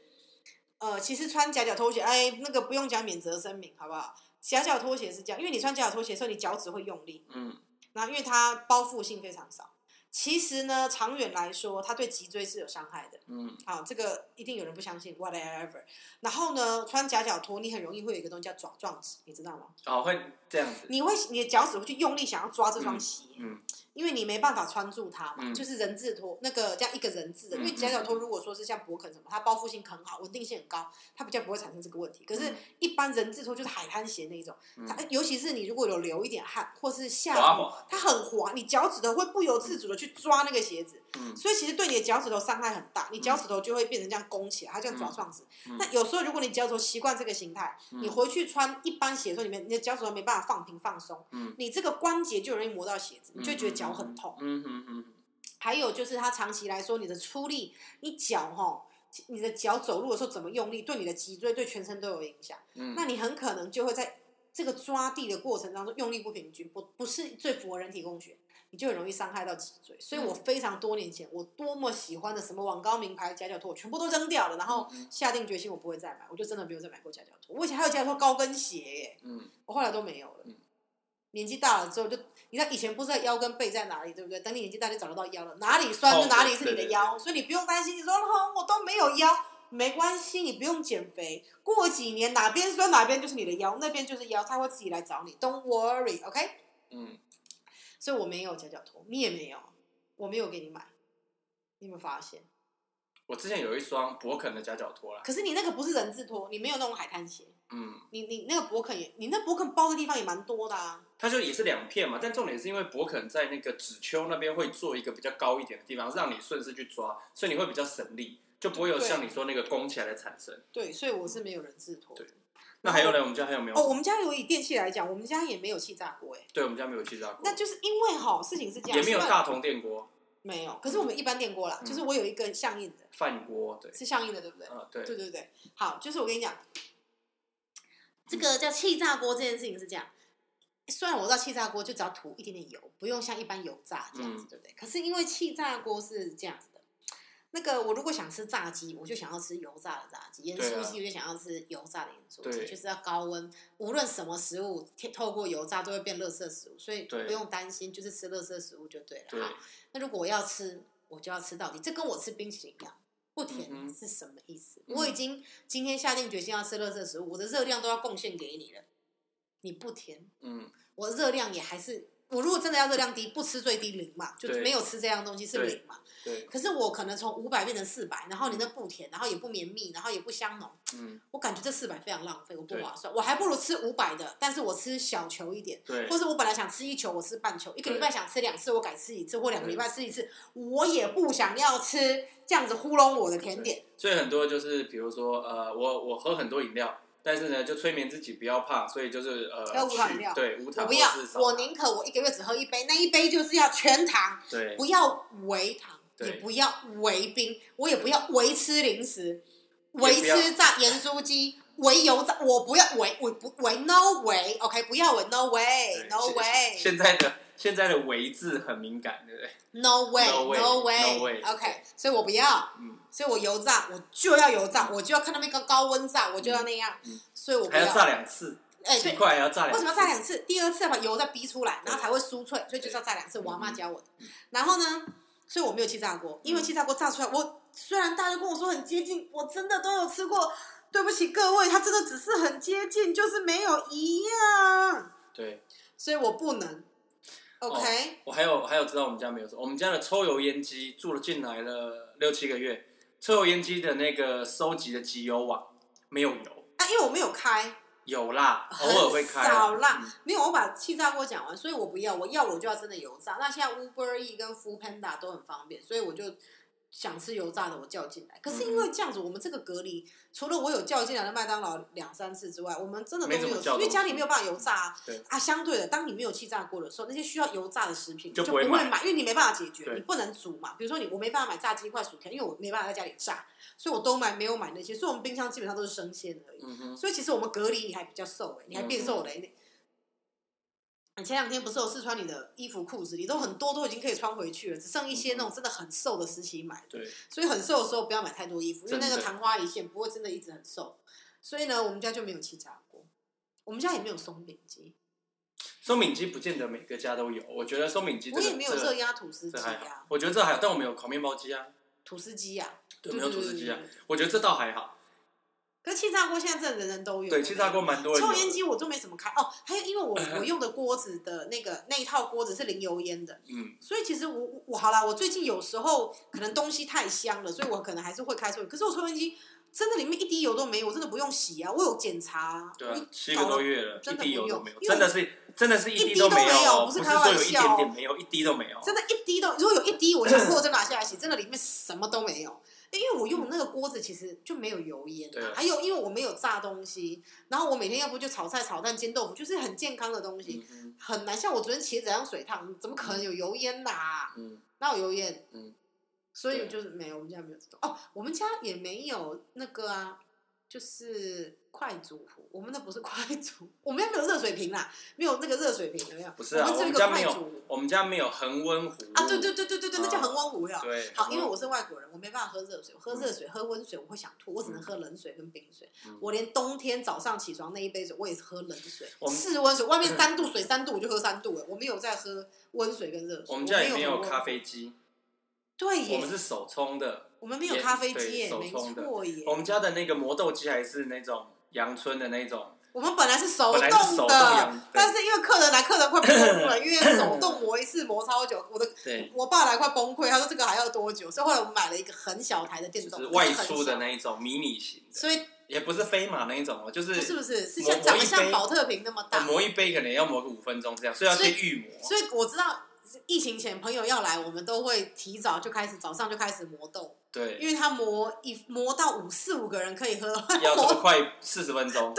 S2: 呃，其实穿夹脚拖鞋，哎，那个不用讲免责声明，好不好？夹脚拖鞋是这样，因为你穿夹脚拖鞋的时候，你脚趾会用力，
S1: 嗯
S2: 那因为它包覆性非常少。其实呢，长远来说，它对脊椎是有伤害的。
S1: 嗯
S2: 好，这个一定有人不相信，whatever。然后呢，穿夹脚拖，你很容易会有一个东西叫爪状趾，你知道吗？
S1: 哦，会这样子。
S2: 你会你的脚趾会去用力想要抓这双鞋，
S1: 嗯
S2: 因为你没办法穿住它嘛，
S1: 嗯
S2: 就是人字拖那个叫一个人字的，因为
S1: 嗯嗯
S2: 夹脚拖如果说是像勃肯什么，它包覆性很好，稳定性很高，它比较不会产生这个问题。可是
S1: 嗯，
S2: 一般人字拖就是海滩鞋那一种，
S1: 嗯
S2: 它尤其是你如果有流一点汗或是下
S1: 滑
S2: 雨
S1: 滑，
S2: 它很滑，你脚趾头会不由自主的去抓那个鞋子。
S1: 嗯
S2: 所以其实对你的脚趾头伤害很大，你脚趾头就会变成这样弓起来，它叫爪状趾。那有时候如果你脚趾头习惯这个形态，
S1: 嗯
S2: 你回去穿一般鞋的时候，里面你的脚趾头没办法放平放松，
S1: 嗯
S2: 你这个关节就容易磨到鞋子，你就会觉得脚很痛。
S1: 嗯嗯嗯
S2: 还有就是它长期来说，你的出力，你脚哈，你的脚走路的时候怎么用力，对你的脊椎、对全身都有影响。
S1: 嗯，
S2: 那你很可能就会在这个抓地的过程当中用力不平均，不不是最符合人体工学，你就很容易伤害到脊椎。所以我非常多年前，我多么喜欢的什么网高名牌夹脚拖，我全部都扔掉了，然后下定决心我不会再买，我就真的没有再买过夹脚拖。我以前还有夹脚拖高跟鞋耶，
S1: 嗯
S2: 我后来都没有了
S1: 嗯。
S2: 年纪大了之后就，你知道以前不知道腰跟背在哪里，对不对？等你年纪大，你找得到腰了，哪里酸就哪里是你的腰，所以你不用担心。你说哦，我都没有腰，没关系，你不用减肥。过几年哪边酸哪边就是你的腰，那边就是腰，它会自己来找你。Don't worry，OK？、
S1: 嗯，
S2: 所以我没有夹脚拖，你也没有，我没有给你买，你有没有发现？
S1: 我之前有一双勃肯的夹脚拖啦。
S2: 可是你那个不是人字拖，你没有那种海滩鞋，
S1: 嗯，
S2: 你你那个勃肯也，你那勃肯包的地方也蛮多的啊。
S1: 它就也是两片嘛，但重点是因为勃肯在那个指丘那边会做一个比较高一点的地方，让你顺势去抓，所以你会比较省力，就不会有
S2: 对
S1: 像你说那个弓起来的产生。
S2: 对，所以我是没有人字拖的。
S1: 对那还有呢？我们家还有没有？
S2: 哦，我们家如果以电器来讲，我们家也没有气炸锅哎、
S1: 对，我们家没有气炸锅
S2: 那，就是因为哈事情是这样，
S1: 也没有
S2: 虽然
S1: 大铜电锅、
S2: 没有，可是我们一般电锅啦，
S1: 嗯
S2: 就是我有一个相应的，
S1: 饭锅，对，
S2: 是相应的对不对？
S1: 啊，对，
S2: 对对对，好，就是我跟你讲，这个叫气炸锅这件事情是这样。虽然我知道气炸锅就只要涂一点点油，不用像一般油炸这样子，
S1: 嗯
S2: 对不对？可是因为气炸锅是这样子的，那个我如果想吃炸鸡，我就想要吃油炸的炸鸡；盐
S1: 对啊
S2: 酥鸡我就想要吃油炸的盐酥鸡，
S1: 对
S2: 就是要高温。无论什么食物贴透过油炸都会变垃圾食物，所以
S1: 对
S2: 不用担心，就是吃垃圾食物就对了。
S1: 对
S2: 好，那如果我要吃，我就要吃到底。这跟我吃冰淇淋一样，不甜
S1: 嗯哼
S2: 是什么意思？
S1: 嗯
S2: 我已经今天下定决心要吃垃圾食物，我的热量都要贡献给你了。你不甜，
S1: 嗯
S2: 我热量也还是我如果真的要热量低，不吃最低零嘛，就
S1: 对
S2: 没有吃这样东西是零嘛。
S1: 对，
S2: 可是我可能从五百变成四百，然后你那不甜，然后也不绵密，然后也不香浓，
S1: 嗯，
S2: 我感觉这四百非常浪费，我不
S1: 对
S2: 划算。我还不如吃五百的，但是我吃小球一点，
S1: 对
S2: 或，是我本来想吃一球，我吃半球，一个
S1: 对
S2: 礼拜想吃两次，我改吃一次，或两个礼拜吃一次，我也不想要吃这样子糊弄我的甜点。
S1: 所以很多就是比如说呃，我我喝很多饮料，但是呢，就催眠自己不要胖，所以就是
S2: 要
S1: 呃，
S2: 无糖
S1: 去
S2: 饮料
S1: 对无
S2: 我
S1: 糖
S2: 不
S1: 或
S2: 要
S1: 是，少
S2: 我
S1: 糖
S2: 宁可我一个月只喝一杯，那一杯就是要全糖，
S1: 对
S2: 不要微糖，
S1: 对
S2: 也不要微冰，我也不要微吃零食，
S1: 不要
S2: 微吃炸盐酥鸡。微油炸，我不要微，我不微，no way，OK，、不要微，no
S1: 对
S2: way，no
S1: 现
S2: way，
S1: 现在的现在的“维”字很敏感，对不对？
S2: No
S1: No way,
S2: way，No
S1: no way.
S2: way，OK，所以我不要，
S1: 嗯，
S2: 所以我油炸我就要油炸，我就要看到那个高温炸，我就要那样
S1: 嗯嗯，
S2: 所以我不
S1: 还要
S2: 要。
S1: 炸两次，
S2: 哎，
S1: 七
S2: 对，
S1: 块还要炸两
S2: 为
S1: 次，
S2: 什么要炸两次？第二次要把油再逼出来，
S1: 对
S2: 然后才会酥脆，所以就是要炸两次。
S1: 对
S2: 我阿妈教我的。然后呢，所以我没有气炸锅，因为气炸锅炸出来，我虽然大家跟我说很接近，我真的都有吃过。对不起各位，它真的只是很接近，就是没有一样，
S1: 对，
S2: 所以我不能。OK，、
S1: 我还有还有知道我们家没有什么，我们家的抽油烟机住了进来了六七个月，抽油烟机的那个收集的集邮网没有油，
S2: 啊，因为我没有开。
S1: 有啦，偶
S2: 很
S1: 尔会开，
S2: 少啦
S1: 嗯，
S2: 没有，我把气炸锅讲完，所以我不要，我要我就要真的油炸。那现在 Uber E 跟 Food Panda 都很方便，所以我就想吃油炸的，我叫进来。可是因
S1: 嗯
S2: 为这样子，我们这个隔离，除了我有叫进来的麦当劳两三次之外，我们真的都
S1: 没
S2: 有，
S1: 怎么叫
S2: 因为家里没有办法油炸啊
S1: 对。
S2: 啊，相对的，当你没有气炸锅的时候，那些需要油炸的食品
S1: 就
S2: 不
S1: 不会买
S2: 买，因为你没办法解决
S1: 对，
S2: 你不能煮嘛。比如说你，我没办法买炸鸡块、薯条，因为我没办法在家里炸，所以我都买没有买那些，所以我们冰箱基本上都是生鲜而已。
S1: 嗯哼，
S2: 所以其实我们隔离你还比较瘦哎、你还
S1: 嗯
S2: 变瘦了、欸。你你前两天不是有试穿你的衣服裤子，你都很多都已经可以穿回去了，只剩一
S1: 嗯
S2: 些那种真的很瘦的时期买的。
S1: 对，
S2: 所以很瘦的时候不要买太多衣服，因为那个
S1: 真的
S2: 昙花一现，不会真的一直很瘦。所以呢，我们家就没有气炸锅，我们家也没有松饼机，
S1: 松饼机不见得每个家都有，我觉得松饼机这
S2: 我
S1: 个
S2: 也没有
S1: 这
S2: 热
S1: 个
S2: 压吐司机
S1: 这还好
S2: 啊，，
S1: 我觉得这还好，但我们有烤面包机啊，
S2: 吐司机啊，
S1: 对，
S2: 对
S1: 没有吐司机啊
S2: 对对，
S1: 我觉得这倒还好，
S2: 可是气炸锅现在真的人人都有。
S1: 对，气炸锅蛮多人有嗯
S2: 抽
S1: 的，
S2: 烟机我都没怎么开哦，还有因为我我用的锅子的那个那一套锅子是零油烟的，
S1: 嗯，
S2: 所以其实我我我好啦，我最近有时候可能东西太香了，所以我可能还是会开抽油。可是我抽烟机真的里面一滴油都没有，我真的不用洗啊，我有检查、啊。
S1: 对啊
S2: 我，
S1: 七个多月了，
S2: 真
S1: 一
S2: 的
S1: 滴油
S2: 不
S1: 都
S2: 用
S1: 没有，
S2: 因为
S1: 真的是真的是
S2: 一滴
S1: 滴都
S2: 都
S1: 没
S2: 没有
S1: 哦
S2: 不是
S1: 不是
S2: 开
S1: 说
S2: 玩
S1: 有一
S2: 笑
S1: 点
S2: 哦
S1: 点没有，一滴都没有。
S2: 真的，一滴都，如果有一滴，我想过再拿下来洗，真的里面什么都没有。因为我用的那个锅子其实就没有油烟、
S1: 对啊
S2: 还有因为我没有炸东西，然后我每天要不就炒菜、炒蛋、煎豆腐，就是很健康的东西，
S1: 嗯哼
S2: 很难像我昨天茄子让水烫，怎么可能有油烟呐、
S1: 嗯，
S2: 哪有油烟？
S1: 嗯，
S2: 所以
S1: 对
S2: 就是没有，我们家没有这种。哦，我们家也没有那个啊，就是快煮壶，我们那不是快煮，我们家没有热水瓶啦，没有那个热水瓶，有没有？
S1: 不是啊，
S2: 我们
S1: 我
S2: 只有一
S1: 们
S2: 个
S1: 家没
S2: 快煮
S1: 有
S2: 壶，
S1: 我们家没有恒温壶
S2: 啊，对对对对对对，那叫恒温壶呀。
S1: 对，
S2: 好，因为我是外国人，我没办法喝热水，我喝热水、喝温水我会想吐，我只能
S1: 嗯
S2: 喝冷水跟冰水。
S1: 嗯
S2: 我连冬天早上起床那一杯水，我也是喝冷水，
S1: 我们嗯
S2: 室温水，外面三度水三度我就喝三度了，我没有在喝温水跟热水。
S1: 我们家也没有
S2: 喝
S1: 咖，啡机，
S2: 对耶，
S1: 我们是手冲的，
S2: 我们没有
S1: 也
S2: 咖啡机
S1: 对
S2: 耶，
S1: 手
S2: 没
S1: 冲的
S2: 错耶。
S1: 我们家的那个磨豆机还是那种阳春的那种，
S2: 我们本来是手
S1: 本来是手
S2: 动
S1: 动阳
S2: 的，但是因为客人来，客人快崩 了，因为手动磨一次磨超久，我的
S1: 对，
S2: 我爸来快崩溃，他说这个还要多久？所以后来我们买了一个很小台的电
S1: 就
S2: 动，
S1: 是
S2: 真
S1: 外
S2: 很
S1: 出的
S2: 小，
S1: 那一种迷你型的，
S2: 所以
S1: 也不是飞马那一种哦，就是
S2: 不是不是是
S1: 磨
S2: 像长得
S1: 磨一
S2: 像
S1: 杯
S2: 宝特瓶那么
S1: 我
S2: 大，
S1: 磨一杯可能要磨个五分钟这样，所以要
S2: 所以
S1: 先预磨。
S2: 所以我知道。疫情前朋友要来，我们都会提早就开始，早上就开始磨豆，
S1: 对，
S2: 因为他磨一磨到五四五个人可以喝，
S1: 要这么快四十分钟，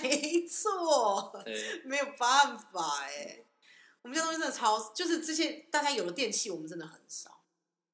S2: 没错。
S1: 对，
S2: 没有办法哎、我们家东西真的超，就是这些大家有的电器，我们真的很少。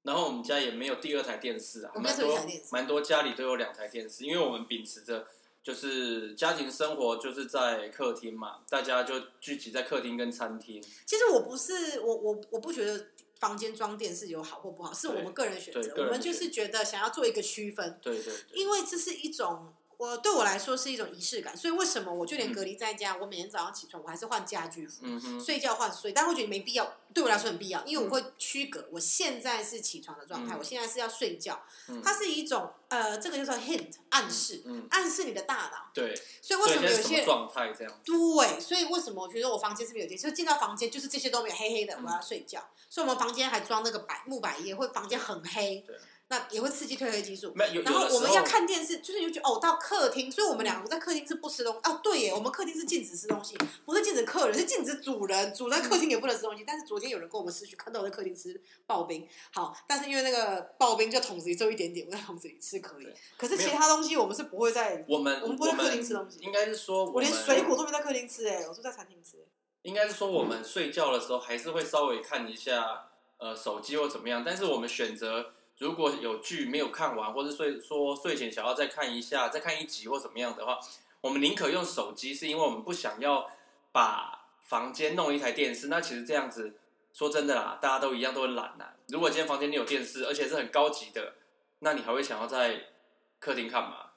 S1: 然后我们家也没有第二台电视啊，
S2: 我们家
S1: 蛮
S2: 只哦有一
S1: 多
S2: 台电视
S1: 蛮多家里都有两台电视，因为我们秉持着就是家庭生活就是在客厅嘛，大家就聚集在客厅跟餐厅，
S2: 其实我不是我我我不觉得房间装电视有好或不好，是我们个人选
S1: 对
S2: 择
S1: 个，人
S2: 我们就是觉得想要做一个区分，
S1: 对对对，
S2: 因为这是一种我对我来说是一种仪式感，所以为什么我就连隔离在家，我每天早上起床我还是换家居服，
S1: 嗯哼，
S2: 睡觉换睡，但我觉得没必要，对我来说很必要，因为我会区隔，我现在是起床的状态，
S1: 嗯
S2: 我现在是要睡觉，
S1: 嗯
S2: 它是一种呃，这个叫做 hint 暗示，
S1: 嗯，
S2: 暗示你的大脑，
S1: 对，
S2: 所以为
S1: 所以
S2: 什
S1: 现
S2: 么有
S1: 在是什么
S2: 些
S1: 状态这样？
S2: 对，所以为什么我觉得我房间是不是有点，就进到房间就是这些都没有，黑黑的，
S1: 嗯
S2: 我要睡觉，所以我们房间还装那个白木百叶，会房间很黑
S1: 对，
S2: 那也会刺激褪黑激素。
S1: 没有，有
S2: 然后
S1: 有的
S2: 我
S1: 时
S2: 们要
S1: 候，
S2: 看电视，就是你就觉得哦，到客厅，所以我们两个在客厅是不吃东西。哦，对耶，我们客厅是禁止吃东西，不是禁止客人，是禁止主人，主
S1: 嗯
S2: 人在客厅也不能吃东西。但是昨天有人跟我们市区看到我在客厅吃刨冰，好，但是因为那个刨冰就桶子里只有一点点，我在桶子里吃可以
S1: 对。
S2: 可是其他东西我们是不会在，
S1: 我们
S2: 我们不会
S1: 我
S2: 在客厅
S1: 们
S2: 吃东西
S1: 应该是说我
S2: 我
S1: 们
S2: 连水果都没在客厅吃，哎，我都在餐厅吃。
S1: 应该是说我们睡觉的时候还是会稍微看一下呃手机或怎么样，但是我们选择如果有剧没有看完，或者睡说睡前想要再看一下，再看一集或怎么样的话，我们宁可用手机，是因为我们不想要把房间弄一台电视。那其实这样子，说真的啦，大家都一样都很懒呐、如果今天房间里有电视，而且是很高级的，那你还会想要在客厅看吗？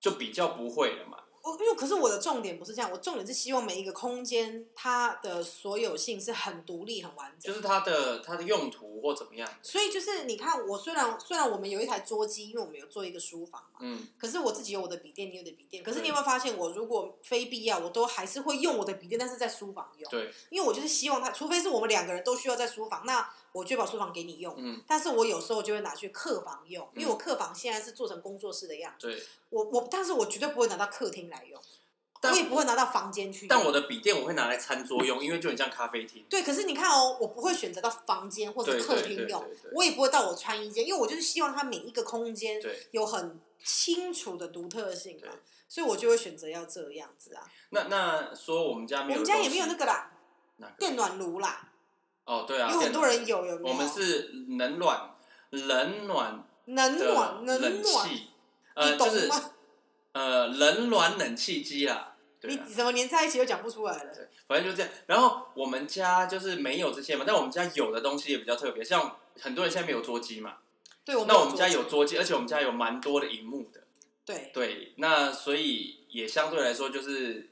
S1: 就比较不会了嘛。
S2: 我因为可是我的重点不是这样，我重点是希望每一个空间它的所有性是很独立、很完整的。
S1: 就是它的它的用途或怎么样，
S2: 所以就是你看，我虽然虽然我们有一台桌机，因为我们有做一个书房嘛，
S1: 嗯，
S2: 可是我自己有我的笔电，你有你的笔电。可是
S1: 对
S2: 你有没有发现，我如果非必要，我都还是会用我的笔电，但是在书房用，
S1: 对，
S2: 因为我就是希望它，除非是我们两个人都需要在书房，那我就把书房给你用。
S1: 嗯，
S2: 但是我有时候就会拿去客房用，
S1: 嗯
S2: 因为我客房现在是做成工作室的样子，
S1: 对。
S2: 我我，但是我绝对不会拿到客厅来用，我
S1: 但
S2: 也不会拿到房间去用。
S1: 但我的笔电我会拿来餐桌用，因为就很像咖啡厅。
S2: 对，可是你看哦，我不会选择到房间 或者
S1: 对
S2: 客
S1: 对
S2: 厅
S1: 对
S2: 用
S1: 对对，
S2: 我也不会到我穿衣间，因为我就是希望它每一个空间
S1: 对，
S2: 有很清楚的独特性嘛
S1: 对，
S2: 所以我就会选择要这样子啊。
S1: 那那说我们家
S2: 我
S1: 没有
S2: 们
S1: 的东
S2: 家也
S1: 西，
S2: 没有那个啦，
S1: 哪个
S2: 电暖炉啦，
S1: 哦，对啊，
S2: 有很多人
S1: 电
S2: 有有没
S1: 脑，我们
S2: 有？
S1: 是冷暖冷暖
S2: 冷
S1: 的
S2: 暖冷
S1: 冷
S2: 暖，
S1: 气，
S2: 你
S1: 呃，就
S2: 懂
S1: 是
S2: 吗？
S1: 呃冷暖冷气机啦，对
S2: 你
S1: 啊，
S2: 你怎么连在一起都讲不出来了？
S1: 对，反正就这样。然后我们家就是没有这些嘛，但我们家有的东西也比较特别，像很多人现在没有桌机嘛，
S2: 对，我们
S1: 那我们
S2: 有
S1: 家
S2: 桌
S1: 有
S2: 子
S1: 桌机，而且我们家有蛮多的荧幕的。
S2: 对
S1: 对，那所以也相对来说就是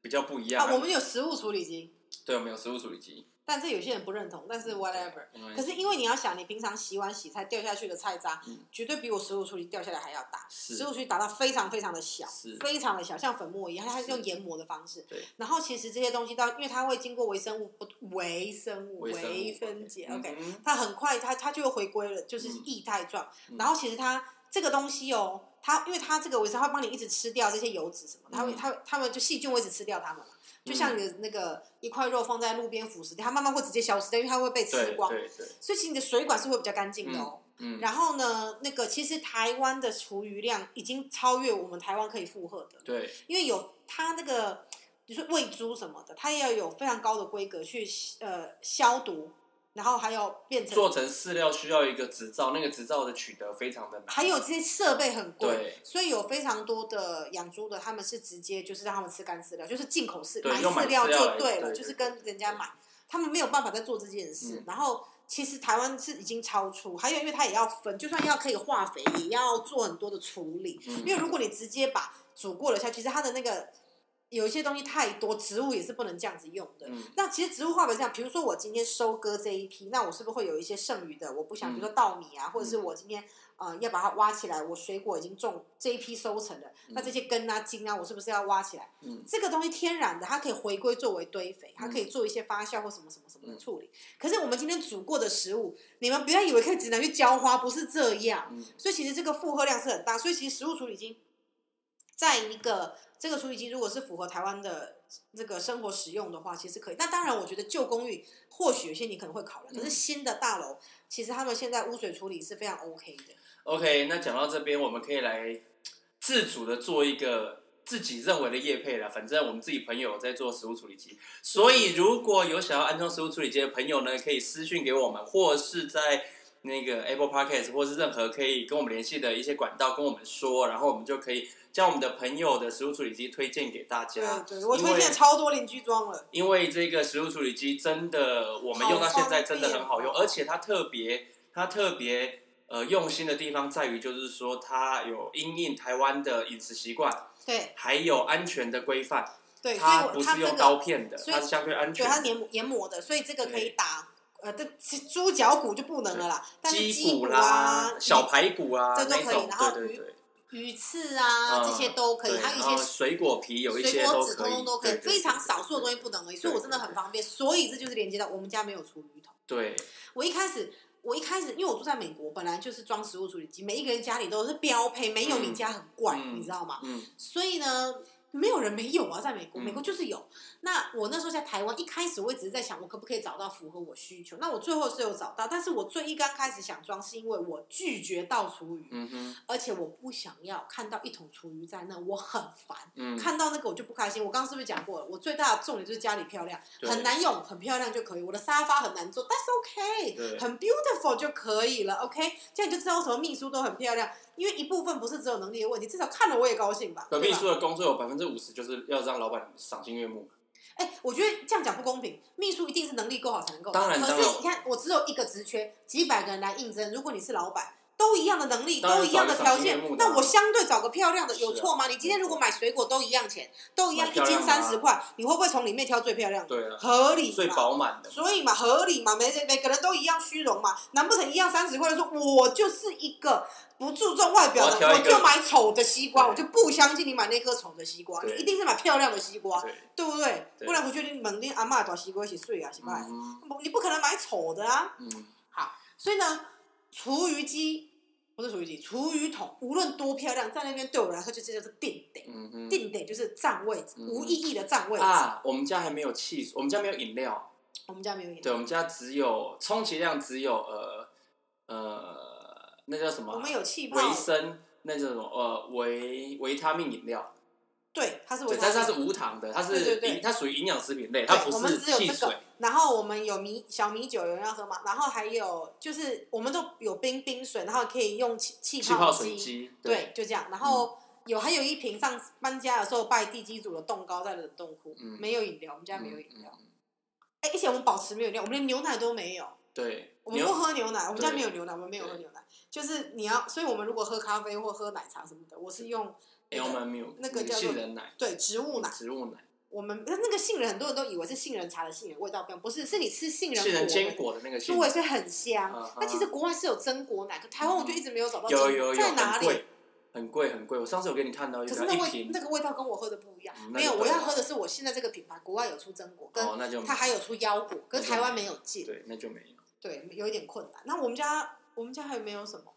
S1: 比较不一样。
S2: 啊，我们有食物处理机，
S1: 对，我们有食物处理机。
S2: 但这有些人不认同，但是 whatever。
S1: 没关
S2: 可
S1: 系
S2: 是因为你要想，你平常洗碗洗菜掉下去的菜渣，
S1: 嗯
S2: 绝对比我食物处理掉下来还要大。
S1: 是
S2: 食物处理打到非常非常的小
S1: 是，
S2: 非常的小，像粉末一样，它是
S1: 是
S2: 用研磨的方式
S1: 对。
S2: 然后其实这些东西到，因为它会经过微生物不微生物
S1: 微生物
S2: 分解
S1: 嗯
S2: ，OK，
S1: 哼
S2: 它很快它它就会回归了，就是
S1: 嗯
S2: 液态状。
S1: 嗯
S2: 然后其实它这个东西哦，它因为它这个微生物它会帮你一直吃掉这些油脂什么，它会
S1: 嗯
S2: 它会它们就细菌会一直吃掉它们嘛。就像你的那个一块肉放在路边腐蚀掉，它慢慢会直接消失掉，因为它会被吃
S1: 对
S2: 光。
S1: 对对，
S2: 所以其实你的水管是会比较干净的哦。
S1: 嗯，
S2: 然后呢，那个其实台湾的厨余量已经超越我们台湾可以负荷的，
S1: 对
S2: 因为有它那个，你说喂猪什么的，它也要有非常高的规格去呃消毒，然后还有变成，
S1: 做成饲料需要一个执照，那个执照的取得非常的难。
S2: 还有这些设备很贵，
S1: 对
S2: 所以有非常多的养猪的，他们是直接就是让他们吃干饲料，就是进口饲
S1: 对
S2: 买
S1: 用买
S2: 饲料
S1: 饲料
S2: 就
S1: 来
S2: 对
S1: 对
S2: 了，
S1: 对
S2: 就是
S1: 对
S2: 跟人家买，他们没有办法再做这件事，
S1: 嗯
S2: 然后。其实台湾是已经超出，还有因为它也要分，就算要可以化肥，也要做很多的处理。
S1: 嗯
S2: 因为如果你直接把煮过了下去，其实它的那个有一些东西太多，植物也是不能这样子用的。
S1: 嗯
S2: 那其实植物化肥是这样，比如说我今天收割这一批，那我是不是会有一些剩余的？我不想，比如说稻米啊，或
S1: 嗯
S2: 者是我今天呃要把它挖起来，我水果已经种这一批收成了，那这些根啊茎啊，我是不是要挖起来？
S1: 嗯
S2: 这个东西天然的，它可以回归作为堆肥，它可以做一些发酵或什么什么什么
S1: 嗯
S2: 的处理。可是我们今天煮过的食物，你们不要以为可以只拿去浇花，不是这样。
S1: 嗯
S2: 所以其实这个负荷量是很大，所以其实食物处理机在一个这个处理机如果是符合台湾的这个生活使用的话，其实可以。那当然，我觉得旧公寓或许有些你可能会考量，可是
S1: 嗯
S2: 新的大楼其实他们现在污水处理是非常 OK 的。
S1: ，OK，那讲到这边，我们可以来自主的做一个。自己认为的业配啦，反正我们自己朋友在做食物处理机，所以如果有想要安装食物处理机的朋友呢，可以私讯给我们，或是在那个 Apple Podcast 或是任何可以跟我们联系的一些管道跟我们说，然后我们就可以将我们的朋友的食物处理机推荐给大
S2: 对
S1: 家。
S2: 对，我
S1: 因
S2: 推荐
S1: 为
S2: 超多邻居装了。
S1: 因为这个食物处
S2: 哦
S1: 理机真的，我们用到现在真的很好用，
S2: 好方便
S1: 而且它特别，它特别呃用心的地方在于，就是说它有因应台湾的饮食习惯，
S2: 对
S1: 还有安全的规范，
S2: 对，所以
S1: 它
S2: 我
S1: 不
S2: 它
S1: 是
S2: 这
S1: 用刀
S2: 个
S1: 片的，
S2: 所以
S1: 它是相对安
S2: 对
S1: 全
S2: 它
S1: 的。
S2: 是研研磨的，所以这个可以
S1: 对
S2: 打呃，这其实猪脚骨就不能了啦，但是
S1: 鸡
S2: 鸡
S1: 骨
S2: 啊
S1: 啦、、小排骨啊
S2: 这都
S1: 那
S2: 可以
S1: 种，
S2: 然后
S1: 对对
S2: 鱼
S1: 对，
S2: 鱼翅啊、这些
S1: 嗯
S2: 都可以，
S1: 对
S2: 还有一
S1: 然
S2: 些
S1: 后水果皮有一些
S2: 水果
S1: 都
S2: 籽
S1: 可
S2: 通
S1: 以，
S2: 通都可以，
S1: 对对
S2: 非常
S1: 对
S2: 少数的东西不能而已，所以我真的很方便。所以这就是连接到我们家没有厨余桶。
S1: 对，
S2: 我一开始，我一开始，因为我住在美国，本来就是装食物处理机，每一个人家里都是标配，没有
S1: 嗯
S2: 你家很怪，
S1: 嗯
S2: 你知道吗？
S1: 嗯
S2: 所以呢，没有人没有啊，在美国，
S1: 嗯
S2: 美国就是有。那我那时候在台湾，一开始我也只是在想，我可不可以找到符合我需求？那我最后是有找到，但是我最一刚开始想装，是因为我拒绝倒厨余，
S1: 嗯哼
S2: 而且我不想要看到一桶厨余在那，我很烦。
S1: 嗯，
S2: 看到那个我就不开心。我刚刚是不是讲过了？我最大的重点就是家里漂亮，
S1: 对
S2: 很难用，很漂亮就可以。我的沙发很难做，that's OK，
S1: 对
S2: 很 beautiful 就可以了，OK。这样你就知道为什么秘书都很漂亮，因为一部分不是只有能力的问题，至少看了我也高兴吧，
S1: 本秘
S2: 对吧
S1: 书？的工作有百分之五十就是要让老板赏心悦目，
S2: 哎、我觉得这样讲不公平，秘书一定是能力够好才能够。
S1: 当然
S2: 可
S1: 当然
S2: 是你看，我只有一个职缺，几百个人来应征，如果你是老板。都一样的能力，
S1: 当然
S2: 都一样的条件
S1: 找一个赏心悦目，的啊
S2: 那我相对找个漂亮的
S1: 是啊
S2: 有错吗？你今天如果买水果都一样钱，都一样
S1: 买
S2: 一
S1: 漂
S2: 斤
S1: 亮的啊
S2: 三十块，你会不会从里面挑最漂亮的？
S1: 对啊，
S2: 合理
S1: 最
S2: 嘛，
S1: 饱满的，
S2: 所以嘛合理嘛，每每个人都一样虚荣嘛，难不成一样三十块就说我就是一个不注重外表的，
S1: 我要挑
S2: 我
S1: 一个
S2: 就买丑的西瓜，
S1: 对
S2: 我就不相信你买那颗丑的西瓜，你
S1: 对
S2: 一定是买漂亮的西瓜，
S1: 对，
S2: 对不对？
S1: 对
S2: 不然回去你门店阿嬷找西瓜一起睡啊，是吧？
S1: 嗯
S2: 不你不可能买丑的啊。
S1: 嗯，
S2: 所以呢，厨余机不是厨余机，厨余桶无论多漂亮，在那边对我来说就这就是定点，
S1: 嗯哼
S2: 定点就是占位置，
S1: 嗯
S2: 无意义的占位置。
S1: 啊，我们家还没有汽水，我们家没有饮料，
S2: 我们家没有饮料
S1: 对，我们家只有充其量只有呃呃，那叫什么
S2: 我
S1: 啊？
S2: 们有气泡，
S1: 维生那叫什么呃维维他命饮料，
S2: 对，它是维
S1: 对，
S2: 他
S1: 但
S2: 命
S1: 是它是无糖的，它是
S2: 对对对
S1: 营它属于营养食品类，它
S2: 对，
S1: 不
S2: 我们
S1: 是
S2: 只有
S1: 汽
S2: 这
S1: 水
S2: 个，，然后我们有米小米酒，有人要喝吗？然后还有就是我们都有冰冰水，然后可以用气气
S1: 气泡水
S2: 机，
S1: 机，
S2: 对，就这样。
S1: 嗯
S2: 然后有还有一瓶上次搬家的时候拜地基组的冻糕在冷冻库，
S1: 嗯
S2: 没有饮料，我们家
S1: 嗯，
S2: 没有饮料，
S1: 嗯嗯
S2: 哎，而且我们保持没有饮料，我们连牛奶都没有。
S1: 对，
S2: 我们
S1: 牛
S2: 不喝牛奶，我们家
S1: 对
S2: 没有牛奶，我们没有喝牛奶。就是你要，所以我们如果喝咖啡或喝奶茶什么的，我是用
S1: almond milk
S2: 那个
S1: 嗯
S2: 叫做
S1: 杏仁奶，
S2: 对植物奶。
S1: 植物奶，
S2: 我们那个杏仁，很多人都以为是杏仁茶的杏仁味道不一样，不是，是你吃杏仁
S1: 杏仁
S2: 果的
S1: 坚果的那个
S2: 对，
S1: 杏
S2: 所
S1: 仁，
S2: 以是很香。
S1: 嗯
S2: 那其实国外是有榛果奶，可台湾我就一直没有找到榛
S1: 有
S2: 果，
S1: 有有
S2: 哦在哪
S1: 很
S2: 里？
S1: 贵，很贵很贵，我上次有给你看到一
S2: 可
S1: 个
S2: 是那
S1: 一
S2: 味
S1: 瓶
S2: 那，个味道跟我喝的不一样。
S1: 嗯那
S2: 没
S1: 就
S2: 有，
S1: 对
S2: 我要
S1: 了
S2: 喝的是我现在这个品牌，国外有出榛果，跟
S1: 哦，那就
S2: 它还有出腰果，可是
S1: 那就
S2: 台湾没有进，
S1: 对，那就没有，
S2: 对，有一点困难。那我们家我们家还没有什么。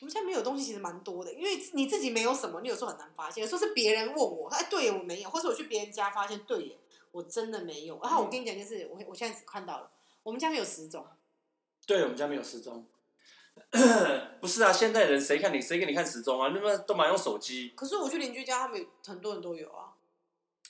S2: 我们家没有东西，其实蛮多的，因为你自己没有什么，你有时候很难发现。有时候是别人问我，哎，对耶，我没有，或是我去别人家发现，对耶，我真的没有。然
S1: 嗯
S2: 后我跟你讲一件事，我我现在只看到了，我们家没有十种，
S1: 对我们家没有时钟。 不是啊，现代人谁看你谁给你看时钟啊？那么都蛮用手机。
S2: 可是我去邻居家，他们很多人都有啊，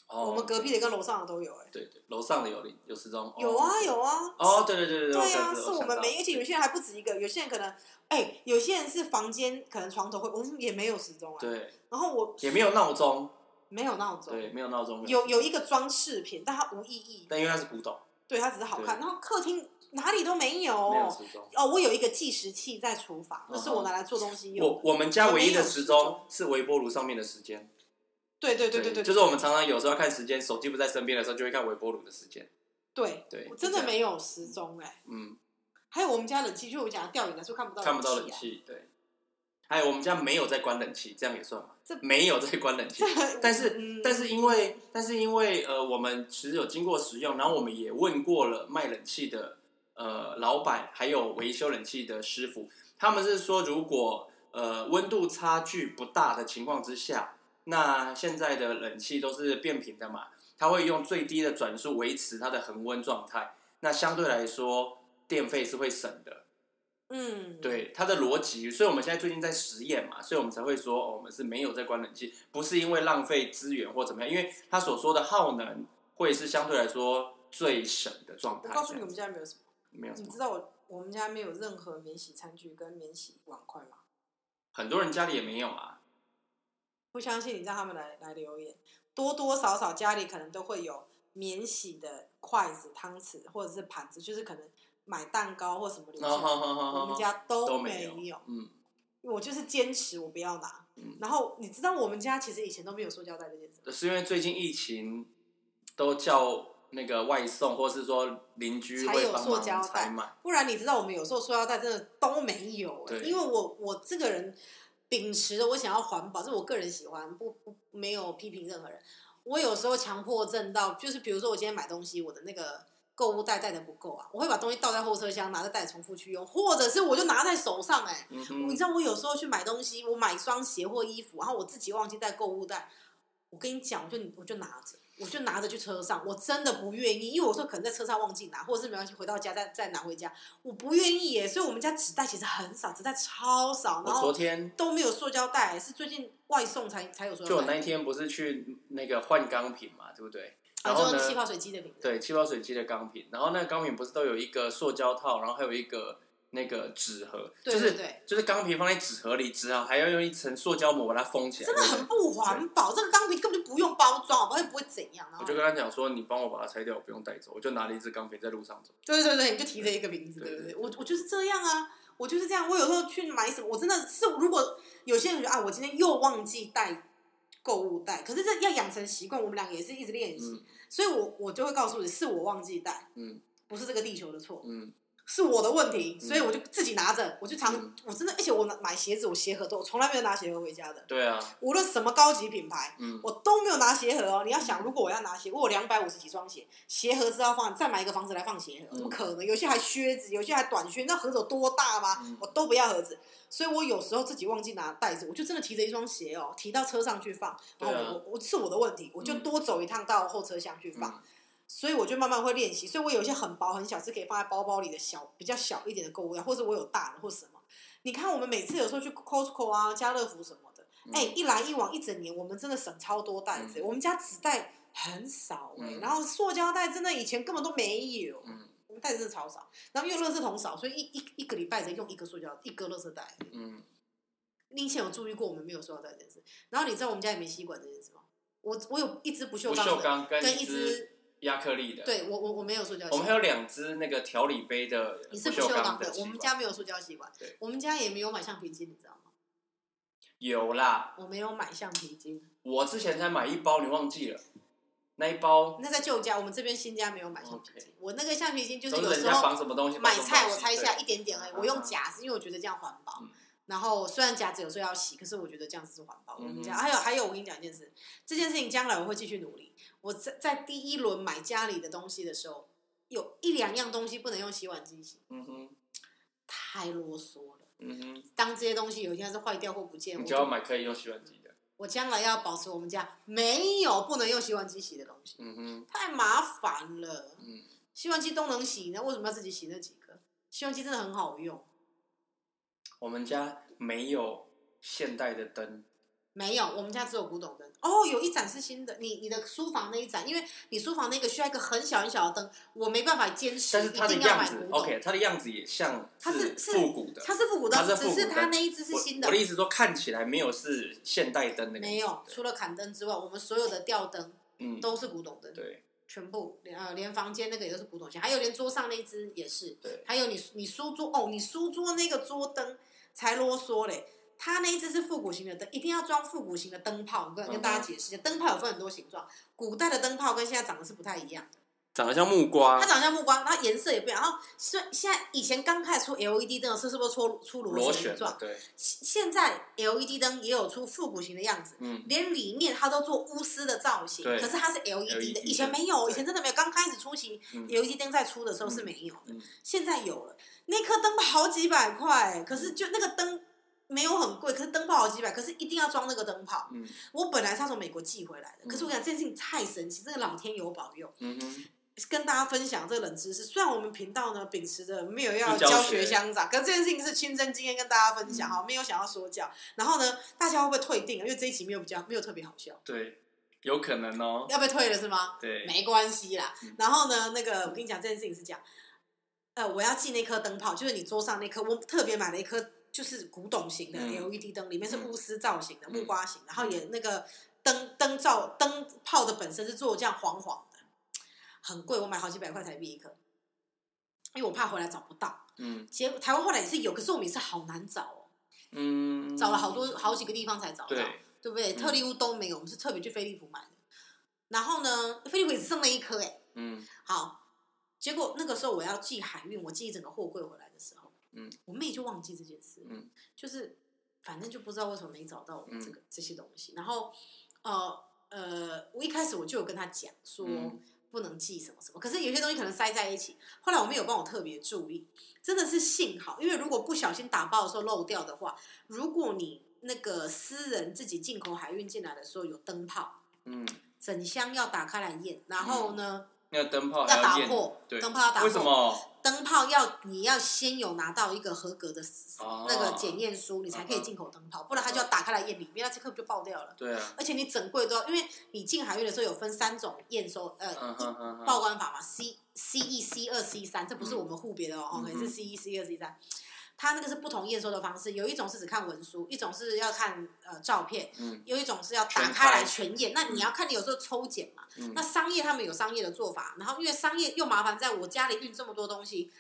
S1: 哦，
S2: 我们隔壁的跟楼上的都有、欸，哎、
S1: 对对，楼上的有铃有时钟。哦
S2: 有啊有啊，
S1: 哦，对对对
S2: 对
S1: 对对
S2: 啊，
S1: 我
S2: 是
S1: 想
S2: 我们
S1: 到
S2: 没，而且有
S1: 对
S2: 些人还不止一个，有些人可能，哎、有些人是房间可能床头会，我们也没有时钟啊，
S1: 对
S2: 然后我
S1: 也没有闹钟，
S2: 没有闹钟，
S1: 对，没有闹钟。
S2: 有有一个装饰品，但它无意义，
S1: 但因为它是古董，
S2: 对，它只是好看，
S1: 对
S2: 然后客厅哪里都没有，
S1: 没有时钟。
S2: 哦，我有一个计时器在厨房，那是我
S1: 嗯哼
S2: 拿来做东西用
S1: 我
S2: 的，
S1: 我们家唯一的时
S2: 我没有
S1: 钟是微波炉上面的时间，
S2: 对对对对对，
S1: 就是我们常常有时候要看时间，手机不在身边的时候，就会看微波炉的时间。
S2: 对，
S1: 对，
S2: 我真的
S1: 就这样，
S2: 没有时钟哎、
S1: 嗯，
S2: 还有我们家冷气，就是我讲的吊顶的时候看不到
S1: 看不到
S2: 啊
S1: 冷气，对。还有我们家没有在关冷气，这样也算吗
S2: 这？
S1: 没有在关冷气，但是
S2: 嗯
S1: 但是因为但是因为呃，我们其实有经过使用，然后我们也问过了卖冷气的呃老板，还有维修冷气的师傅，他们是说如果呃温度差距不大的情况之下，那现在的冷气都是变频的嘛，它会用最低的转速维持它的恒温状态，那相对来说电费是会省的。
S2: 嗯，
S1: 对它的逻辑，所以我们现在最近在实验嘛，所以我们才会说、哦、我们是没有在关冷气，不是因为浪费资源或怎么样，因为它所说的耗能会是相对来说最省的状
S2: 我
S1: 态。
S2: 告诉你，
S1: 这
S2: 我们家
S1: 样
S2: 没有什么。
S1: 没有什
S2: 你
S1: 么
S2: 知，道我我们家没有任何免洗餐具跟免洗碗筷吗？
S1: 很多人家里也没有啊，
S2: 不相信你让他们来来留言，多多少少家里可能都会有免洗的筷子、汤匙或者是盘子，就是可能买蛋糕或什么零食，
S1: 好好好好
S2: 我
S1: 好
S2: 们
S1: 好，
S2: 家都
S1: 都
S2: 没
S1: 没
S2: 有。
S1: 嗯，
S2: 我就是坚持我不要拿。
S1: 嗯
S2: 然后你知道我们家其实以前都没有塑胶袋这件事，
S1: 是因为最近疫情都叫那个外送，或是说邻居
S2: 才
S1: 会
S2: 有
S1: 帮
S2: 塑胶
S1: 忙
S2: 袋
S1: 采买，
S2: 不然你知道我们有时候塑胶袋真的都没有、欸
S1: 对
S2: 因为我我这个人秉持着我想要环保，这是我个人喜欢，不不没有批评任何人。我有时候强迫症到，就是比如说我今天买东西，我的那个购物袋带的不够啊，我会把东西倒在后车厢，拿着袋重复去用，或者是我就拿在手上、欸，哎，
S1: 嗯
S2: 你
S1: 哼
S2: 知，道我有时候去买东西，我买一双鞋或衣服，然后我自己忘记带购物袋，我跟你讲，我就我就拿着，我就拿着去车上，我真的不愿意，因为我说可能在车上忘记拿，或者是没关系，回到家再再拿回家，我不愿意耶，所以我们家纸袋其实很少，纸袋超少，
S1: 我
S2: 然
S1: 昨
S2: 后
S1: 天
S2: 都没有塑胶袋，是最近外送才才有塑
S1: 就
S2: 胶
S1: 我那
S2: 袋
S1: 一，天不是去那个换钢瓶嘛，对不对？然
S2: 啊，
S1: 后
S2: 就
S1: 呢
S2: 是，气泡水机的瓶子，
S1: 对，气泡水机的钢瓶，然后那个钢瓶不是都有一个塑胶套，然后还有一个那个纸盒，
S2: 对
S1: 就是
S2: 对对
S1: 就是钢瓶放在纸盒里，纸盒还要用一层塑胶膜把它封起来。
S2: 真的
S1: 对不对
S2: 很不环保，这个钢瓶根本就不用包装，好像不会怎样，然
S1: 我
S2: 后
S1: 就跟他讲说，你帮我把它拆掉，我不用带走，我就拿了一支钢瓶在路上走。
S2: 对对对，你就提着一个名字，
S1: 对
S2: 对不对？
S1: 对对
S2: 我我就是这样啊，我就是这样。我有时候去买什么，我真的是如果有些人觉得啊，我今天又忘记带购物袋，可是这要养成习惯，我们两个也是一直练习，
S1: 嗯
S2: 所以我我就会告诉你，是我忘记带，
S1: 嗯
S2: 不是这个地球的错，
S1: 嗯，
S2: 是我的问题，
S1: 嗯
S2: 所以我就自己拿着，我就常、
S1: 嗯
S2: 我真的，而且我拿买鞋子，我鞋盒都我从来没有拿鞋盒回家的，
S1: 对啊，
S2: 无论什么高级品牌。
S1: 嗯，
S2: 我都没有拿鞋盒哦，你要想，如果我要拿鞋，我有两百五十几双鞋，鞋盒是要放，再买一个房子来放鞋盒，
S1: 嗯
S2: 怎么可能？有些还靴子，有些还短靴，那盒子有多大吗？
S1: 嗯
S2: 我都不要盒子，所以我有时候自己忘记拿袋子，我就真的提着一双鞋哦，提到车上去放，然后
S1: 对啊
S2: 我、我是我的问题，我就
S1: 嗯
S2: 多走一趟到后车厢去放。
S1: 嗯
S2: 所以我就慢慢会练习，所以我有一些很薄很小是可以放在包包里的小比较小一点的购物袋，或者我有大的或什么。你看我们每次有时候去 Costco 啊、家乐福什么的，
S1: 嗯
S2: 哎、一来一往一整年，我们真的省超多袋子。我们家纸袋很少、哎，
S1: 嗯
S2: 然后塑胶袋真的以前根本都没有，
S1: 嗯
S2: 我们袋子真的超少。然后因为垃圾桶少，所以一一一个礼拜只用一个塑胶一个垃圾袋。
S1: 嗯，
S2: 你以前有注意过我们没有塑胶袋这件事？然后你知道我们家也没吸管这件事吗？我我有一支不
S1: 不
S2: 锈钢
S1: 锈
S2: 的，
S1: 钢跟
S2: 跟
S1: 一
S2: 一
S1: 支
S2: 支，
S1: 亚克力的，，
S2: 对我我我没有塑胶吸管
S1: 我们还。有两支那个调理杯的不
S2: 你是不锈
S1: 钢
S2: 钢的，
S1: 吸
S2: 我
S1: 管
S2: 们家没有塑胶吸管
S1: 对，
S2: 我们家也没有买橡皮筋，你知道吗？
S1: 有啦，
S2: 我没有买橡皮筋，
S1: 我之前才买一包，你忘记了？那一包
S2: 那在旧家，我们这边新家没有买橡皮筋。我那个橡皮筋就是
S1: 都
S2: 有
S1: 是人
S2: 时
S1: 家
S2: 候
S1: 绑什么东西，绑
S2: 买
S1: 什么
S2: 菜
S1: 东
S2: 我
S1: 西
S2: 拆一下
S1: 对
S2: 一点点而已，
S1: 嗯
S2: 我用夹子，因为我觉得这样环保
S1: 嗯。
S2: 然后虽然夹子有时候要洗，可是我觉得这样子是环保。我们家
S1: 嗯
S2: 还有还有，我跟你讲一件事，这件事情将来我会继续努力。我在在第一轮买家里的东西的时候，有一两样东西不能用洗碗机洗，
S1: 嗯哼，
S2: 太啰嗦了。
S1: 嗯哼，
S2: 当这些东西有一天是坏掉或不见，
S1: 你
S2: 我
S1: 就要买可以用洗碗机的，
S2: 我将来要保持我们家没有不能用洗碗机洗的东西，
S1: 嗯哼，
S2: 太麻烦了。
S1: 嗯，
S2: 洗碗机都能洗，那为什么要自己洗那几个？洗碗机真的很好用，
S1: 我们家没有现代的灯，
S2: 没有，我们家只有古董灯。哦，有一盏是新的，你你的书房那一盏，因为你书房那个需要一个很小很小的灯，我没办法坚持
S1: 但
S2: 一
S1: 是它的
S2: 定要
S1: 样
S2: 买
S1: 子
S2: 古董。
S1: ，OK，它的样子也像
S2: 它是是
S1: 复古的，
S2: 它是复古灯
S1: 它，是复
S2: 只
S1: 古
S2: 是
S1: 灯
S2: 它那一只是新
S1: 我
S2: 的
S1: 我的，意思说，看起来没有是现代灯的感觉，
S2: 没有。除了砍灯之外，我们所有的吊灯
S1: 嗯，
S2: 都是古董灯，
S1: 对
S2: 全部连呃连房间那个也都是古董线，还有连桌上那一只也是。
S1: 对，
S2: 还有你你书桌哦，你书桌那个桌灯才啰嗦嘞。它那一只是复古型的灯，一定要装复古型的灯泡。我跟跟大
S1: 嗯
S2: 家解释一下，灯泡有分很多形状，古代的灯泡跟现在长得是不太一样的。
S1: 长得像木瓜
S2: 它，长得像木瓜，然后颜色也不一样。然后虽现在以前刚开始出 LED 灯的时候，是不是出出螺
S1: 螺
S2: 旋
S1: 旋
S2: 形状
S1: 的，？对，
S2: 现现在 LED 灯也有出复古型的样子，
S1: 嗯，
S2: 连里面它都做钨丝的造型，
S1: 对
S2: 可是它是 LED 的，
S1: LED
S2: 以前没有，
S1: 对
S2: 以前真的没有。刚开始出行
S1: 嗯
S2: LED 灯在出的时候是
S1: 嗯
S2: 没有的
S1: 嗯，
S2: 现在有了。那颗灯泡好几百块，可是就那个灯没有很贵，可是灯泡好几百，可是一定要装那个灯泡。
S1: 嗯
S2: 我本来是要从美国寄回来的，
S1: 嗯
S2: 可是我想这件事情太神奇，真的老天有保佑。
S1: 嗯哼，
S2: 跟大家分享这个冷知识，虽然我们频道呢秉持着没有要
S1: 不教
S2: 教
S1: 学
S2: 学相长，可是这件事情是亲身经验跟大家分享
S1: 嗯
S2: 哈，没有想要说教。然后呢，大家会不会退订啊？因为这一集没有比较没有特别好笑，
S1: 对，有可能哦，
S2: 要被退了是吗？
S1: 对，
S2: 没关系啦
S1: 嗯。
S2: 然后呢，那个我跟你讲这件事情是这样，呃，我要寄那颗灯泡，就是你桌上那颗，我特别买了一颗就是古董型的
S1: 嗯
S2: LED 灯，里面是
S1: 嗯
S2: 钨丝造型的、
S1: 嗯
S2: 木瓜型，然后也那个灯灯罩灯泡的本身是做这样黄黄的，很贵，我买好几百块台币一颗。因为我怕回来找不到。
S1: 嗯
S2: 结果台湾后来也是有，可是我们也是好难找哦，
S1: 嗯，
S2: 找了好多好几个地方才找到，
S1: 对，
S2: 对不对？
S1: 嗯
S2: 特利屋都没有，我们是特别去飞利浦买的。然后呢，飞利浦也只剩了一颗哎、
S1: 嗯
S2: 好，结果那个时候我要寄海运，我寄一整个货柜回来的时候，
S1: 嗯，
S2: 我妹就忘记这件事，
S1: 嗯，
S2: 就是反正就不知道为什么没找到我们这个、这些东西。然后，呃呃，我一开始我就有跟她讲说。
S1: 嗯
S2: 不能寄什么什么，可是有些东西可能塞在一起。后来我妹有帮我特别注意，真的是幸好，因为如果不小心打包的时候漏掉的话，如果你那个私人自己进口海运进来的时候有灯泡，
S1: 嗯，
S2: 整箱要打开来验，然后呢，
S1: 那个灯泡还
S2: 要打
S1: 嗯哦验，
S2: 破，
S1: 对
S2: 灯泡要打破。
S1: 为什？么？
S2: 灯泡要你要先有拿到一个合格的
S1: 哦嗯
S2: 那个检验书，你才可以进口灯泡，不然它就要打开来验里面，那这颗不就爆掉了？
S1: 对啊，
S2: 而且你整柜都要，因为你进海运的时候有分三种验收，
S1: 嗯
S2: 呃，
S1: 哼哼哼，
S2: 报关法嘛，C C 一、C 二、C 三，这不是我们户别的哦，
S1: 嗯
S2: 哦也是 C 一、C 二、C 三。它那个是不同验收的方式，有一种是只看文书，一种是要看呃照片，
S1: 嗯
S2: 有一种是要打
S1: 全
S2: 开来
S1: 开
S2: 全验。那你要看你有时候抽检嘛，
S1: 嗯
S2: 那，商业他们有商业的做法，然后因为商业又麻烦，在我家里运这么多东西，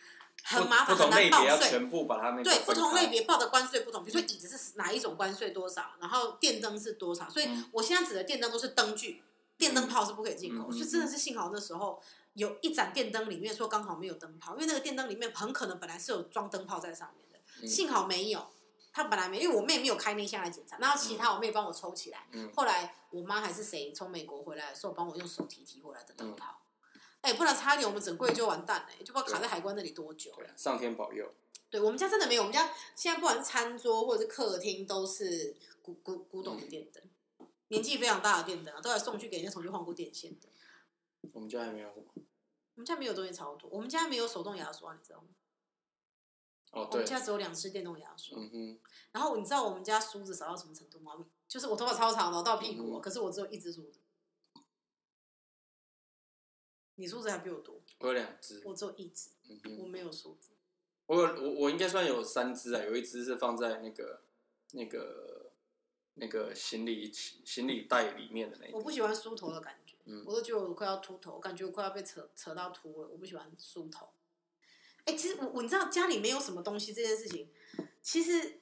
S2: 很麻
S1: 不
S2: 烦，
S1: 不
S2: 很
S1: 同类
S2: 难
S1: 别
S2: 报
S1: 要
S2: 税。
S1: 全部把它那个
S2: 对，不
S1: 分
S2: 同
S1: 开
S2: 类，别报的关税不同，比如说椅子是哪一种关税多少，然后电灯是多少，所以
S1: 嗯
S2: 我现在指的电灯都是灯具，电灯泡是不可以进口，
S1: 嗯嗯嗯
S2: 所以真的是幸好那时候有一盏电灯里面说刚好没有灯泡，因为那个电灯里面很可能本来是有装灯泡在上面的，
S1: 嗯
S2: 幸好没有。他本来没，因为我妹没有开那箱来检查，然后其他我妹帮我抽起来，
S1: 嗯
S2: 后来我妈还是谁从美国回来的时候，帮我用手提提回来的
S1: 嗯
S2: 灯泡。哎、不然差一点我们整柜就完蛋了、就不知道卡在海关那里多久。
S1: 对啊，上天保佑，
S2: 对我们家真的没有，我们家现在不管是餐桌或者是客厅都是古古古董
S1: 嗯
S2: 的电灯，年纪非常大的电灯啊，都要送去给人家重新换过电线的。
S1: 我们家还没有什么。
S2: 我们家没有东西超多，我们家没有手动牙刷，你知道吗？
S1: 哦，
S2: 我
S1: 对
S2: 们，家只有两支电动牙刷。
S1: 嗯哼，
S2: 然后你知道我们家梳子少到什么程度吗？就是我头发超长的到屁
S1: 嗯
S2: 股哦，可是我只有一只梳子。你梳子还比我多，
S1: 我有两只，
S2: 我只有一只，
S1: 嗯哼。
S2: 我没有梳子。
S1: 我有我我应该算有三只啊，有一只是放在那个那个那个行李行李袋里面的那一
S2: 我
S1: 只。
S2: 不喜欢梳头的感觉，
S1: 嗯
S2: 我都觉得我快要秃头，我感觉我快要被扯扯到秃了，我不喜欢梳头。哎、其实我我你知道家里没有什么东西这件事情，其实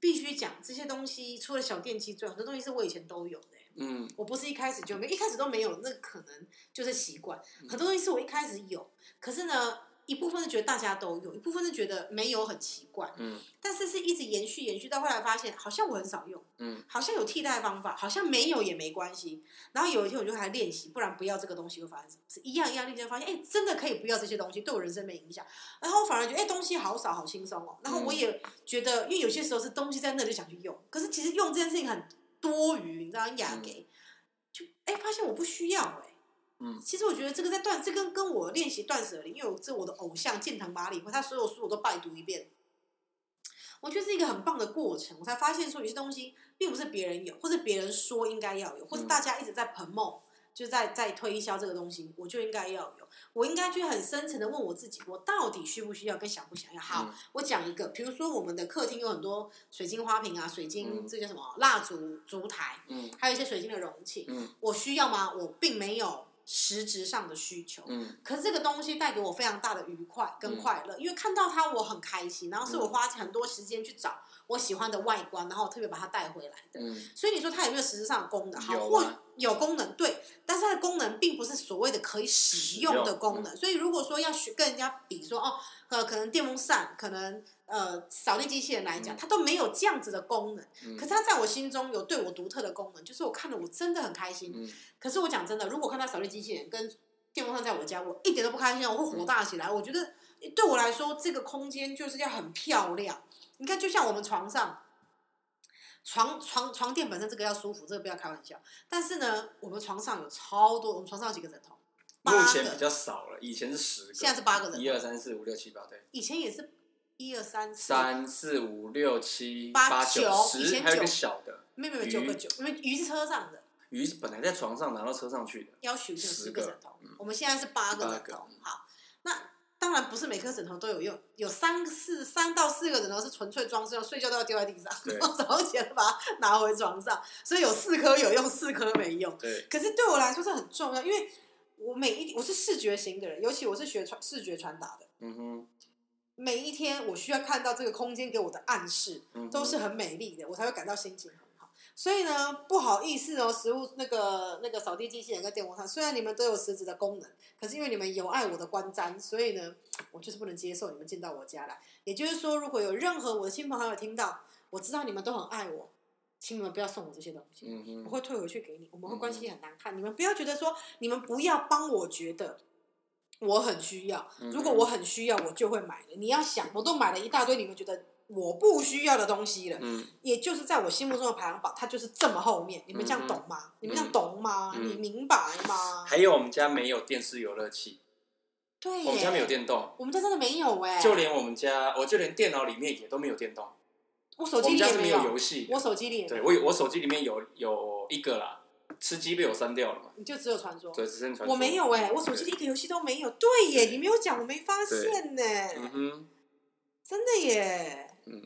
S2: 必须讲这些东西，除了小电器之外，很多东西是我以前都有的、欸
S1: 嗯
S2: 我不是一开始就没有，一开始都没有，那可能就是习惯。很多东西是我一开始有，可是呢，一部分是觉得大家都有，一部分是觉得没有很奇怪，
S1: 嗯
S2: 但是是一直延续延续到后来发现，好像我很少用，
S1: 嗯
S2: 好像有替代方法，好像没有也没关系。然后有一天我就还练习，不然不要这个东西会发生什么事，一样一样练习发现，哎、真的可以不要这些东西，对我人生没影响。然后我反而觉得，哎、东西好少，好轻松哦。然后我也觉得，因为有些时候是东西在那里就想去用，可是其实用这件事情很多余，你知道，很雅给，就哎、发现我不需要哎、
S1: 嗯
S2: 其实我觉得这个在断，这跟跟我练习断舍离，因为我这我的偶像建藤麻里惠，他所有书我都拜读一遍。我觉得是一个很棒的过程，我才发现说有些东西并不是别人有，或者别人说应该要有，或者
S1: 嗯
S2: 大家一直在 promote，就在在推销这个东西，我就应该要有，我应该去很深层的问我自己，我到底需不需要跟想不想要？好，
S1: 嗯
S2: 我讲一个，比如说我们的客厅有很多水晶花瓶啊，水晶、
S1: 嗯
S2: 这叫什么蜡烛烛台，
S1: 嗯
S2: 还有一些水晶的容器，
S1: 嗯
S2: 我需要吗？我并没有实质上的需求。
S1: 嗯
S2: 可是这个东西带给我非常大的愉快跟快乐，因为看到它我很开心，然后是
S1: 嗯
S2: 我花很多时间去找我喜欢的外观，然后我特别把它带回来的。
S1: 嗯
S2: 所以你说它有没有实质上的功能？好，
S1: 有啊
S2: 或有功能对，但是它的功能并不是所谓的可以使用的
S1: 嗯
S2: 功能。所以如果说要去跟人家比说哦，呃，可能电风扇，可能呃扫地机器人来讲，
S1: 嗯
S2: 它都没有这样子的功能。
S1: 嗯
S2: 可是它在我心中有对我独特的功能，就是我看了我真的很开心。
S1: 嗯
S2: 可是我讲真的，如果看到扫地机器人跟电风扇在我家，我一点都不开心，啊我会火大起来。我觉得对我来说，这个空间就是要很漂亮。你看，就像我们床上，床床床垫本身这个要舒服，这个不要开玩笑。但是呢，我们床上有超多，我们床上有几个枕头，八
S1: 目
S2: 个，
S1: 前比较少了，以前是十个，
S2: 现在是八个人
S1: 一二三四五六七八，对，
S2: 以前也是一二三四，
S1: 三四五六七
S2: 八
S1: 九
S2: 九以
S1: 十，
S2: 前
S1: 还有一
S2: 九
S1: 个小的
S2: 没有没有九个
S1: 鱼
S2: 九，因为鱼是车上的。
S1: 鱼是本来在床上拿到车上去的，
S2: 要求就有
S1: 十
S2: 十个
S1: 个嗯
S2: 枕头，我们现在是八个
S1: 八
S2: 枕
S1: 个嗯
S2: 头。好，那当然不是每颗枕头都有用，有三四三到四个枕头是纯粹装饰用，睡觉都要丢在地上，
S1: 对
S2: 然后早起来把它拿回床上，所以有四颗有用，四颗没用。
S1: 对，
S2: 可是对我来说是很重要，因为我我每一我是视觉型的人，尤其我是学传视觉传达的，
S1: 嗯哼，
S2: 每一天我需要看到这个空间给我的暗示，
S1: 嗯哼
S2: 都是很美丽的，我才会感到心情很好。所以呢，不好意思哦，食物那个那个扫地机器人跟电风扇，虽然你们都有实质的功能，可是因为你们有爱我的观瞻，所以呢，我就是不能接受你们进到我家来。也就是说，如果有任何我的亲朋好友听到，我知道你们都很爱我，请你们不要送我这些东西。我
S1: 嗯哼，
S2: 会退回去给你，我们会关
S1: 嗯
S2: 系很难看。你们不要觉得说，你们不要帮我觉得我很需要，
S1: 嗯
S2: 如果我很需要，我就会买了。你要想，我都买了一大堆你们觉得我不需要的东西了，
S1: 嗯
S2: 也就是在我心目中的排行榜，它就是这么后面。你们这样懂吗？你们这样懂吗？
S1: 嗯
S2: 你明白吗？
S1: 还有我们家没有电视游乐器，
S2: 啊对耶，
S1: 我们家没有，电动，
S2: 我们家真的没有哎、
S1: 就连我们家，我就连电脑里面也都没有电动，
S2: 我手
S1: 我
S2: 机
S1: 们
S2: 里
S1: 家
S2: 也
S1: 是没
S2: 有，
S1: 有游戏的。
S2: 我手机里也没
S1: 对
S2: 有，
S1: 我有我手机里面有有一个啦，吃鸡被我删掉了嘛，
S2: 你就只有传说。
S1: 对，只剩传说
S2: 我没。有哎、我手机里一个游戏都没有。对耶，
S1: 对
S2: 你没有讲，我没发现呢、
S1: 嗯哼，
S2: 真的耶。
S1: 嗯，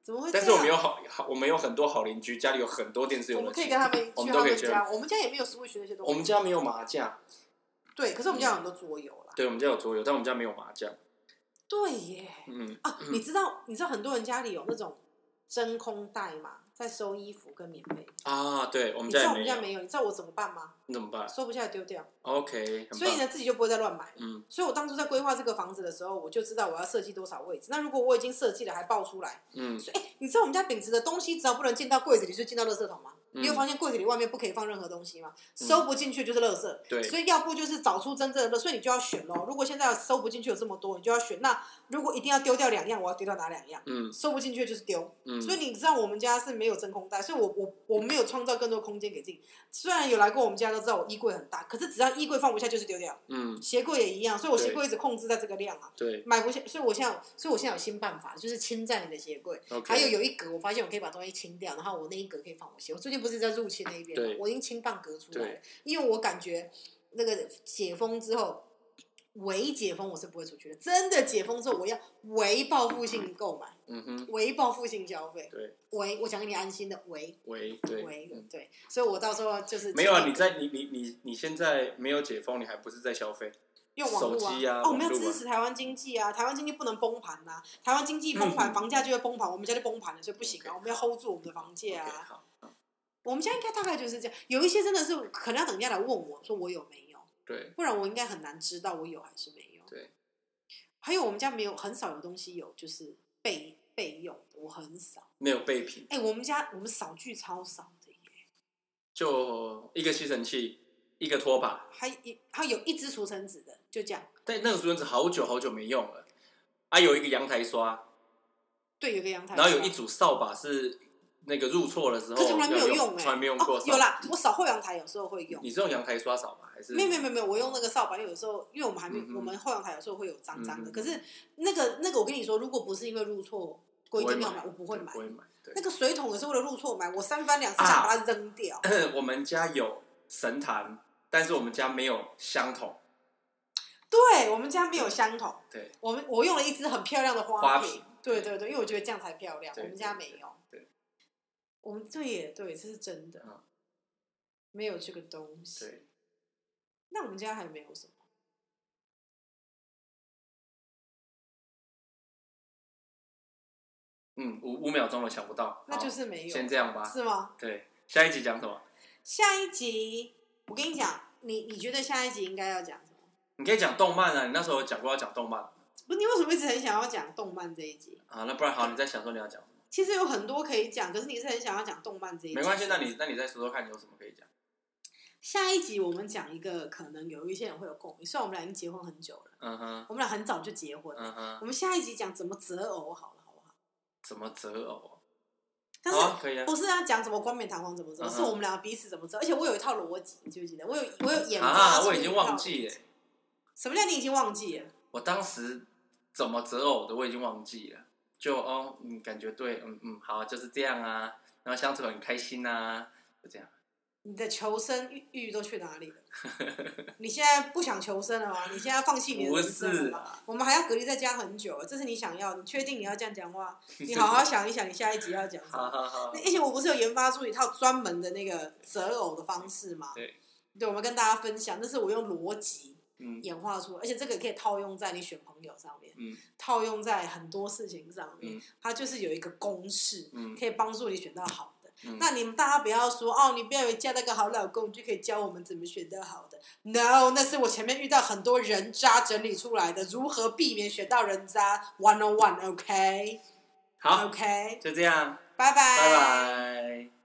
S2: 怎么会这
S1: 但
S2: 样？
S1: 是我们有好好，我们有很多好邻居，家里有很多电视游
S2: 我
S1: 乐
S2: 们
S1: 器
S2: 可以，跟他们
S1: 我
S2: 去他
S1: 们都可以
S2: 们
S1: 去
S2: 家，我们家也没有 Switch 那些东西。
S1: 我们嗯家没有麻将，
S2: 对，可是我们家有很多桌游啦。
S1: 对，我们家有桌游，但我们家没有麻将。
S2: 对耶，
S1: 嗯，
S2: 啊，你知道你知道很多人家里有那种真空袋嘛，在收衣服跟棉被。
S1: 啊，对，我
S2: 你
S1: 们
S2: 知
S1: 家
S2: 道
S1: 也
S2: 我们
S1: 没
S2: 家
S1: 有，
S2: 没有，你知道我怎么办吗？
S1: 你怎么办
S2: 收不下来丢掉，
S1: ？OK，很
S2: 所以
S1: 棒。
S2: 呢自己就不会再乱买。
S1: 嗯
S2: 所以我当初在规划这个房子的时候，我就知道我要设计多少位置。那如果我已经设计了还爆出来，
S1: 嗯
S2: 所以哎、你知道我们家秉持的东西只要不能进到柜子里，就进到垃圾桶吗？
S1: 嗯
S2: 你有发现柜子里外面不可以放任何东西吗？收不进去就是垃圾，
S1: 对
S2: 所以要不就是找出真正的，所以你就要选咯。如果现在收不进去有这么多，你就要选。那如果一定要丢掉两样，我要丢掉哪两样？
S1: 嗯
S2: 收不进去就是丢。
S1: 嗯，
S2: 所以你知道我们家是没有真空袋，所以我我我没有创造更多空间给自己。虽然有来过我们家都知道我衣柜很大，可是只要衣柜放不下就是丢掉，
S1: 嗯
S2: 鞋柜也一样，所以我鞋
S1: 对
S2: 柜一直控制在这个量啊。
S1: 对
S2: 买不下，所以我现在有，所以我现在有新办法，就是侵占你的鞋柜。
S1: ，OK，
S2: 还有有一格，我发现我可以把东西清掉，然后我那一格可以放我鞋。我最近不是在入侵那一边吗
S1: 对？
S2: 我已经清半格出来了
S1: 对，
S2: 因为我感觉那个解封之后，伪解封我是不会出去的。真的解封之后，我要伪报复性购买，
S1: 嗯哼，
S2: 伪报复性消费，
S1: 对，
S2: 伪我想给你安心的伪
S1: 喂，对，
S2: 伪
S1: 嗯
S2: 对，所以我到时候就是
S1: 没有啊，你在你你你你现在没有解封，你还不是在消费？
S2: 用网络
S1: 手机啊
S2: 哦，我们要
S1: 网络啊
S2: 支持台湾经济啊！台湾经济不能崩盘呐、台湾经济崩盘，
S1: 嗯
S2: 房价就会崩盘，我们家就崩盘了，所以不行啊
S1: OK，
S2: 我们要 hold 住我们的房价
S1: OK，
S2: 啊。
S1: 好，好
S2: 我们家应该大概就是这样，有一些真的是可能要等人家来问我说我有没有，
S1: 对
S2: 不然我应该很难知道我有还是没有。
S1: 对，
S2: 还有我们家没有很少有东西有就是备备用的，我很少。
S1: 没有备品，
S2: 哎、我们家我们扫具超少的耶，
S1: 就一个吸尘器，一个拖把，
S2: 还一还有一只除尘纸的，就这样。
S1: 但那个竹子好久好久没用了。啊，有一个阳台刷，
S2: 对，有个阳台，
S1: 然后有一。组扫把是那个入错的时候，
S2: 可是从来没有
S1: 要
S2: 用哎、
S1: 从来没用过
S2: 哦。
S1: 扫。
S2: 有啦，我扫后阳台有时候会用。
S1: 你是用阳台刷扫吗？还是
S2: 没有没有没有没有，我用那个扫把，因为有时候因为我们还没有、
S1: 嗯哼
S2: 我们后阳台有时候会有脏脏的，
S1: 嗯哼
S2: 可是那个那个我跟你说，如果不是因为入错规定要买，我不
S1: 不
S2: 会买
S1: 不。会买。对
S2: 那，个水桶也是为了入错买，我三番两
S1: 啊
S2: 次想把它扔掉。
S1: 我们家有神坛，但是我们家没有香筒。
S2: 对我们家没有香桶，
S1: 对，
S2: 我们我用了一支很漂亮的花
S1: 花
S2: 瓶。
S1: 瓶
S2: 对对对，因为我觉得这样才漂亮。我
S1: 对
S2: 们家没有。
S1: 对对
S2: 我们对耶对，这是真的
S1: 嗯，
S2: 没有这个东西。
S1: 对，
S2: 那我们家还没有什么。
S1: 嗯，五五秒钟了，想不到，
S2: 那
S1: 好
S2: 就是没有
S1: 先这样吧。
S2: 是吗？
S1: 对，下一集讲什么？
S2: 下一集，我跟你讲，你你觉得下一集应该要讲什么？
S1: 你可以讲动漫啊，你那时候有讲过要讲动漫
S2: 不，你为什么一直很想要讲动漫这一集？
S1: 啊，那不然好，你在想说你要讲什么？
S2: 其实有很多可以讲，可是你是很想要讲动漫这一集。
S1: 没关系，那你那你再说说看，你有什么可以讲？
S2: 下一集我们讲一个可能有一些人会有共鸣，虽然我们俩已经结婚很久了，
S1: 嗯哼，
S2: 我们俩很早就结婚了。
S1: 嗯哼，
S2: 我们下一集讲怎么择偶好了，好不好？
S1: 怎么择偶？
S2: 但
S1: 好
S2: 是
S1: 啊，可以啊。
S2: 不是要讲怎么冠冕堂皇怎么择，
S1: 嗯哼
S2: 是我们俩彼此怎么择。而且我有一套逻辑，你记不记得？我有我有研发
S1: 啊，
S2: 出
S1: 我已经
S2: 一套
S1: 忘记了，
S2: 什么叫你已经忘记了？
S1: 我当时怎么择偶的我已经忘记了。就哦，嗯，感觉对，嗯嗯，好，就是这样啊。然后相处很开心啊，就这样。
S2: 你的求生欲欲都去 哪里了？你现在不想求生了吗？你现在放弃你的
S1: 不
S2: 人生
S1: 是
S2: 了吗？
S1: 啊，
S2: 我们还要隔离在家很久，这是你想要？你确定你要这样讲 话？你好好想一想，你下一集要讲什
S1: 好
S2: 么？
S1: 好好
S2: 那，而且我不是有研发出一套专门的那个择偶的方式吗？
S1: 对，
S2: 对，我们跟大家分享，但是我用逻辑
S1: 嗯
S2: 演化出来，而且这个可以套用在你选朋友上面，
S1: 嗯
S2: 套用在很多事情上面，
S1: 嗯
S2: 它就是有一个公式，
S1: 嗯
S2: 可以帮助你选到好的。
S1: 嗯
S2: 那你们大家不要说哦，你不要以为嫁到个好老公，你就可以教我们怎么选到好的。No，那是我前面遇到很多人渣整理出来的，如何避免选到人渣 one on one，OK，OK，、
S1: 好，就这样，
S2: 拜拜，
S1: 拜拜。